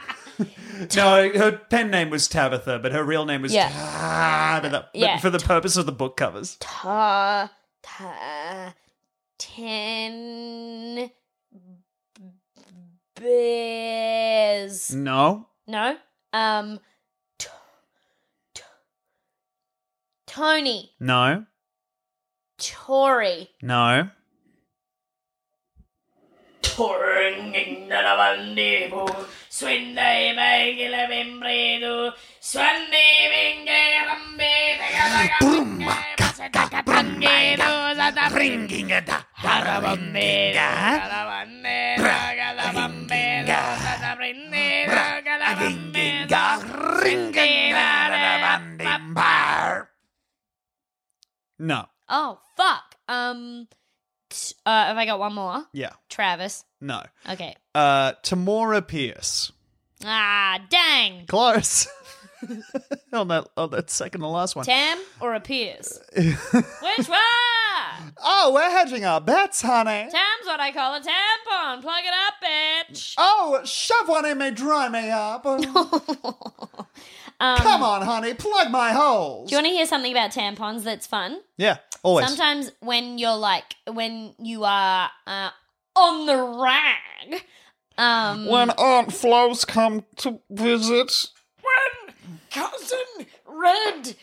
Speaker 1: no, her pen name was Tabitha, but her real name was
Speaker 2: Yeah.
Speaker 1: Tabitha. But
Speaker 2: Yeah.
Speaker 1: For the purpose of the book covers.
Speaker 2: Ta, ta, ten, bears.
Speaker 1: No.
Speaker 2: No. Um. T- t- Tony,
Speaker 1: No.
Speaker 2: Tory,
Speaker 1: No.
Speaker 3: Touring in the Vandibu, Swindai Bagila Vimbridu, Swandi
Speaker 1: No.
Speaker 2: Oh fuck. Um. t- Uh, have I got one more?
Speaker 1: Yeah.
Speaker 2: Travis.
Speaker 1: No.
Speaker 2: Okay.
Speaker 1: Uh, Tamora Pierce.
Speaker 2: Ah, dang.
Speaker 1: Close. on that on that second to last one.
Speaker 2: Tam or a Pierce? Which one?
Speaker 1: Oh, we're hedging our bets, honey.
Speaker 2: Tam's what I call a tampon. Plug it up, bitch.
Speaker 1: Oh, shove one in me, dry me up.
Speaker 2: Um,
Speaker 1: Come on, honey, plug my holes.
Speaker 2: Do you want to hear something about tampons that's fun?
Speaker 1: yeah, always.
Speaker 2: Sometimes when you're like when you are uh, on the rag, um,
Speaker 1: When Aunt Flo's come to visit.
Speaker 3: Cousin Red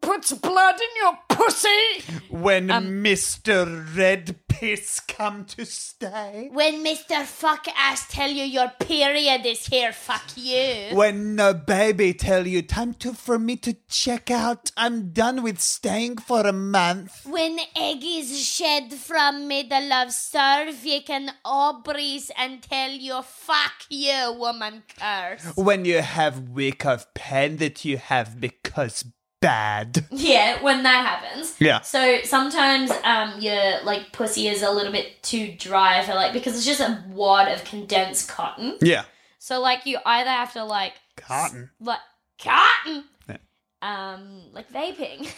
Speaker 3: puts blood in your pussy.
Speaker 1: When
Speaker 2: Um,
Speaker 1: Mr. Red Piss come to stay.
Speaker 2: when Mister Fuck Ass tell you your period is here, fuck you.
Speaker 1: When the baby tell you time to for me to check out. I'm done with staying for a month.
Speaker 2: When egg is shed from middle of serve, you can obris and tell you fuck you, woman curse.
Speaker 1: When you have week of pain that you have because bad.
Speaker 2: Yeah, when that happens.
Speaker 1: Yeah.
Speaker 2: So sometimes um your like pussy is a little bit too dry for like because it's just a wad of condensed cotton.
Speaker 1: Yeah.
Speaker 2: So like you either have to like
Speaker 1: Cotton.
Speaker 2: like cotton.
Speaker 1: Yeah.
Speaker 2: Um, like vaping.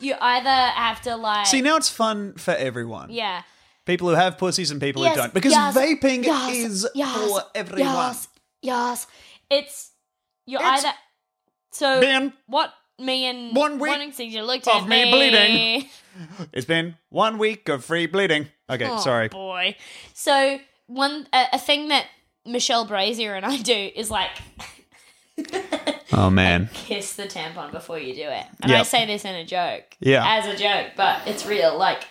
Speaker 2: you either have to like
Speaker 1: See, now it's fun for everyone.
Speaker 2: yeah.
Speaker 1: People who have pussies and people
Speaker 2: Yes,
Speaker 1: who don't. Because
Speaker 2: yes,
Speaker 1: vaping
Speaker 2: yes,
Speaker 1: is
Speaker 2: yes,
Speaker 1: for everyone.
Speaker 2: Yes, yes. It's you're
Speaker 1: It's
Speaker 2: either so
Speaker 1: been
Speaker 2: what me and
Speaker 1: one week
Speaker 2: morning since you looked
Speaker 1: of
Speaker 2: at
Speaker 1: me bleeding. It's been one week of free bleeding. Okay,
Speaker 2: Oh,
Speaker 1: sorry.
Speaker 2: boy. So one a, a thing that Michelle Brazier and I do is like
Speaker 1: Oh man.
Speaker 2: kiss the tampon before you do it. And I
Speaker 1: Yep.
Speaker 2: say this in a joke.
Speaker 1: Yeah.
Speaker 2: As a joke, but it's real. Like,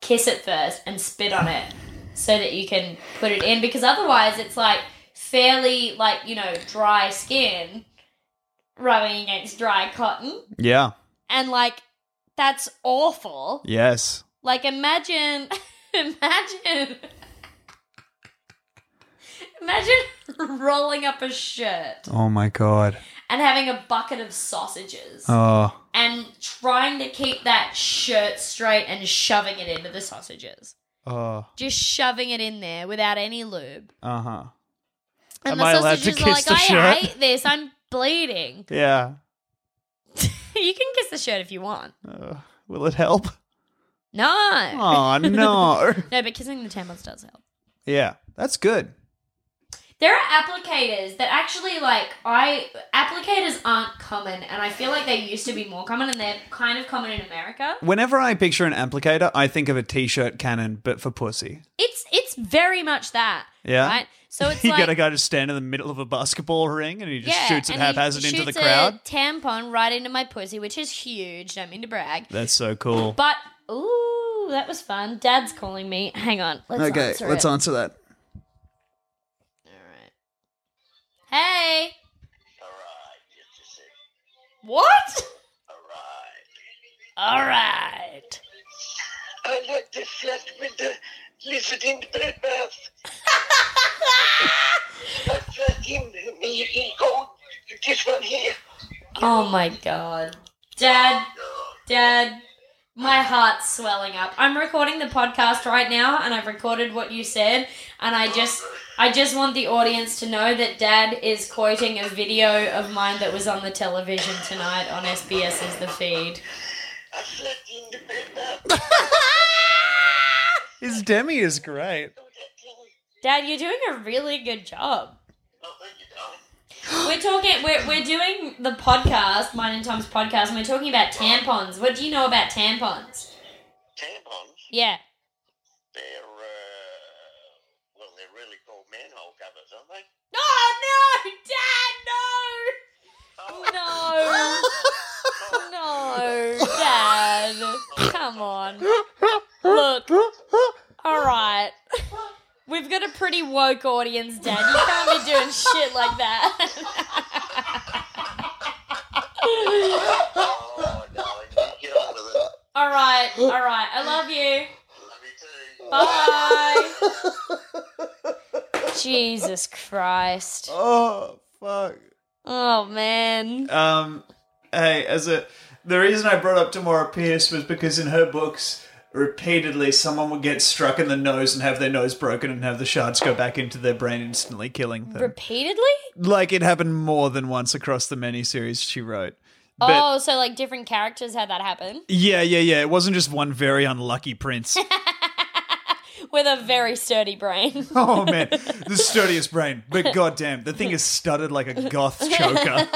Speaker 2: kiss it first and spit on it so that you can put it in because otherwise it's like fairly, like, you know, dry skin rubbing against dry cotton.
Speaker 1: Yeah.
Speaker 2: And, like, that's awful.
Speaker 1: Yes.
Speaker 2: Like, imagine, imagine, imagine rolling up a shirt
Speaker 1: Oh my god.
Speaker 2: and having a bucket of sausages
Speaker 1: Oh.
Speaker 2: and trying to keep that shirt straight and shoving it into the sausages.
Speaker 1: Oh,
Speaker 2: just shoving it in there without any lube.
Speaker 1: uh huh.
Speaker 2: And
Speaker 1: Am
Speaker 2: the
Speaker 1: I allowed to
Speaker 2: sausages are
Speaker 1: kiss
Speaker 2: like,
Speaker 1: the
Speaker 2: I
Speaker 1: shirt?"
Speaker 2: hate this. I'm bleeding.
Speaker 1: Yeah.
Speaker 2: you can kiss the shirt if you want.
Speaker 1: Uh, will it help?
Speaker 2: No.
Speaker 1: Oh no.
Speaker 2: No, but kissing the tampons does help.
Speaker 1: yeah, that's good.
Speaker 2: There are applicators that actually like I applicators aren't common, and I feel like they used to be more common, and they're kind of common in America.
Speaker 1: Whenever I picture an applicator, I think of a t-shirt cannon, but for pussy.
Speaker 2: It's it's very much that.
Speaker 1: Yeah.
Speaker 2: Right. So it's
Speaker 1: you
Speaker 2: like
Speaker 1: got a guy just stand in the middle of a basketball ring and he just
Speaker 2: yeah,
Speaker 1: shoots it
Speaker 2: and he
Speaker 1: haphazard into the
Speaker 2: shoots
Speaker 1: crowd.
Speaker 2: A tampon right into my pussy, which is huge. Don't mean to brag,
Speaker 1: That's so cool.
Speaker 2: but ooh, that was fun. Dad's calling me. Hang on. Let's
Speaker 1: okay,
Speaker 2: answer
Speaker 1: let's
Speaker 2: it.
Speaker 1: answer that.
Speaker 2: Hey. What? All right.
Speaker 9: I like to flirt with the lizard in the bread bath. I flirt him, he, he go, this one here.
Speaker 2: Oh my god. Dad, Dad, my heart's swelling up. I'm recording the podcast right now and I've recorded what you said and I just I just want the audience to know that Dad is quoting a video of mine that was on the television tonight on SBS's The Feed.
Speaker 9: I flirt in the bread bath.
Speaker 1: His demi is great.
Speaker 2: Dad, you're doing a really good job. We're talking we're, we're doing the podcast, mine and Tom's podcast, and we're talking about tampons. What do you know about tampons?
Speaker 9: Tampons,
Speaker 2: Yeah.
Speaker 9: they're, uh, well, they're really called manhole covers, aren't they?
Speaker 2: Oh no, Dad, no! No. No, Dad. Come on. Look. Alright. We've got a pretty woke audience, Dad. You can't be doing shit like that.
Speaker 9: Oh, darling, you get on with it.
Speaker 2: alright, alright. I love you.
Speaker 9: Love you too.
Speaker 2: Bye. Jesus Christ.
Speaker 1: Oh fuck.
Speaker 2: Oh man.
Speaker 1: Um, hey, as a the reason I brought up Tamora Pierce was because in her books, repeatedly someone would get struck in the nose and have their nose broken and have the shards go back into their brain, instantly killing them.
Speaker 2: Repeatedly?
Speaker 1: like it happened more than once across the many series she wrote. But
Speaker 2: oh, so like different characters had that happen
Speaker 1: yeah, yeah, yeah. It wasn't just one very unlucky prince.
Speaker 2: with a very sturdy brain.
Speaker 1: oh man, the sturdiest brain. But goddamn, the thing is studded like a goth choker.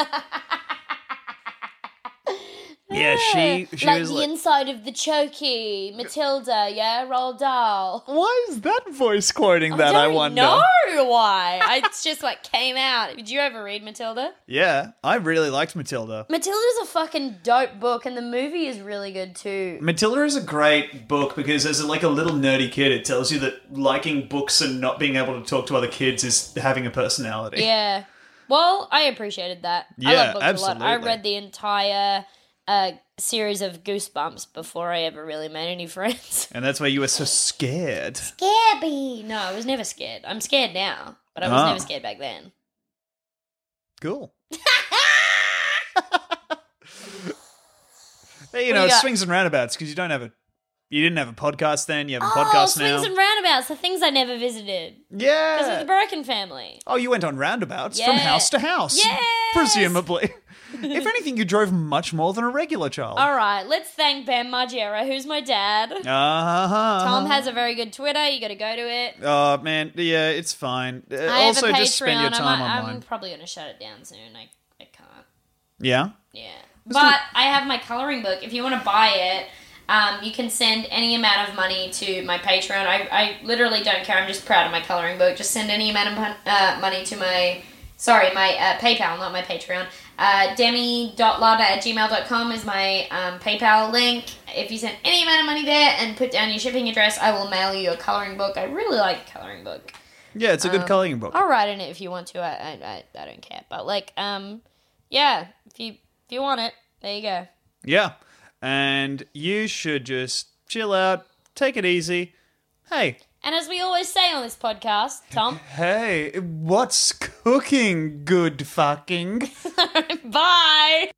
Speaker 1: Yeah, she she
Speaker 2: like
Speaker 1: was
Speaker 2: the
Speaker 1: like,
Speaker 2: inside of the chokey, Matilda, yeah, Roald Dahl.
Speaker 1: Why is that voice quoting that? I,
Speaker 2: don't
Speaker 1: wonder.
Speaker 2: know why. I- it's just what came out. Did you ever read Matilda?
Speaker 1: Yeah, I really liked Matilda.
Speaker 2: Matilda's a fucking dope book, and the movie is really good too.
Speaker 1: Matilda is a great book because as a, like a little nerdy kid, it tells you that liking books and not being able to talk to other kids is having a personality.
Speaker 2: Yeah. Well, I appreciated that. I
Speaker 1: Yeah,
Speaker 2: love books a lot. I
Speaker 1: absolutely.
Speaker 2: read the entire uh, series of Goosebumps before I ever really made any friends.
Speaker 1: And that's why you were so scared.
Speaker 2: Scabby. No, I was never scared. I'm scared now, but I was
Speaker 1: Ah.
Speaker 2: never scared back then.
Speaker 1: Cool. Hey, you know,
Speaker 2: you
Speaker 1: it
Speaker 2: got?
Speaker 1: swings and roundabouts because you don't have a, you didn't have a podcast then. You have a
Speaker 2: oh,
Speaker 1: podcast now.
Speaker 2: swings and roundabouts, the things I never visited. Because
Speaker 1: yeah.
Speaker 2: with the Broken family.
Speaker 1: Oh, you went on roundabouts from
Speaker 2: Yeah.
Speaker 1: house to house,
Speaker 2: Yes!
Speaker 1: presumably. if anything, you drove much more than a regular child.
Speaker 2: All right, let's thank Ben Margera, who's my dad.
Speaker 1: Uh-huh.
Speaker 2: Tom has a very good Twitter. You got to go to it.
Speaker 1: Oh man, yeah, it's fine. Uh,
Speaker 2: I have
Speaker 1: also,
Speaker 2: a Patreon.
Speaker 1: just spend your time
Speaker 2: I
Speaker 1: on
Speaker 2: am
Speaker 1: mine.
Speaker 2: probably going to shut it down soon. I, I can't.
Speaker 1: Yeah.
Speaker 2: Yeah. But I have my coloring book. If you want to buy it, um, you can send any amount of money to my Patreon. I, I literally don't care. I'm just proud of my coloring book. Just send any amount of mon- uh, money to my, sorry, my uh, PayPal, not my Patreon. Uh, demi.lada at gmail.com is my um, PayPal link. If you send any amount of money there and put down your shipping address, I will mail you a coloring book. I really like coloring book.
Speaker 1: Yeah, it's a
Speaker 2: Um,
Speaker 1: good coloring book.
Speaker 2: I'll write in it if you want to. I, I, I, I don't care. But like, um, yeah, if you if you want it, there you go.
Speaker 1: Yeah. And you should just chill out, take it easy. Hey,
Speaker 2: And as we always say on this podcast, Tom,
Speaker 1: hey, what's cooking, good fucking?
Speaker 2: bye.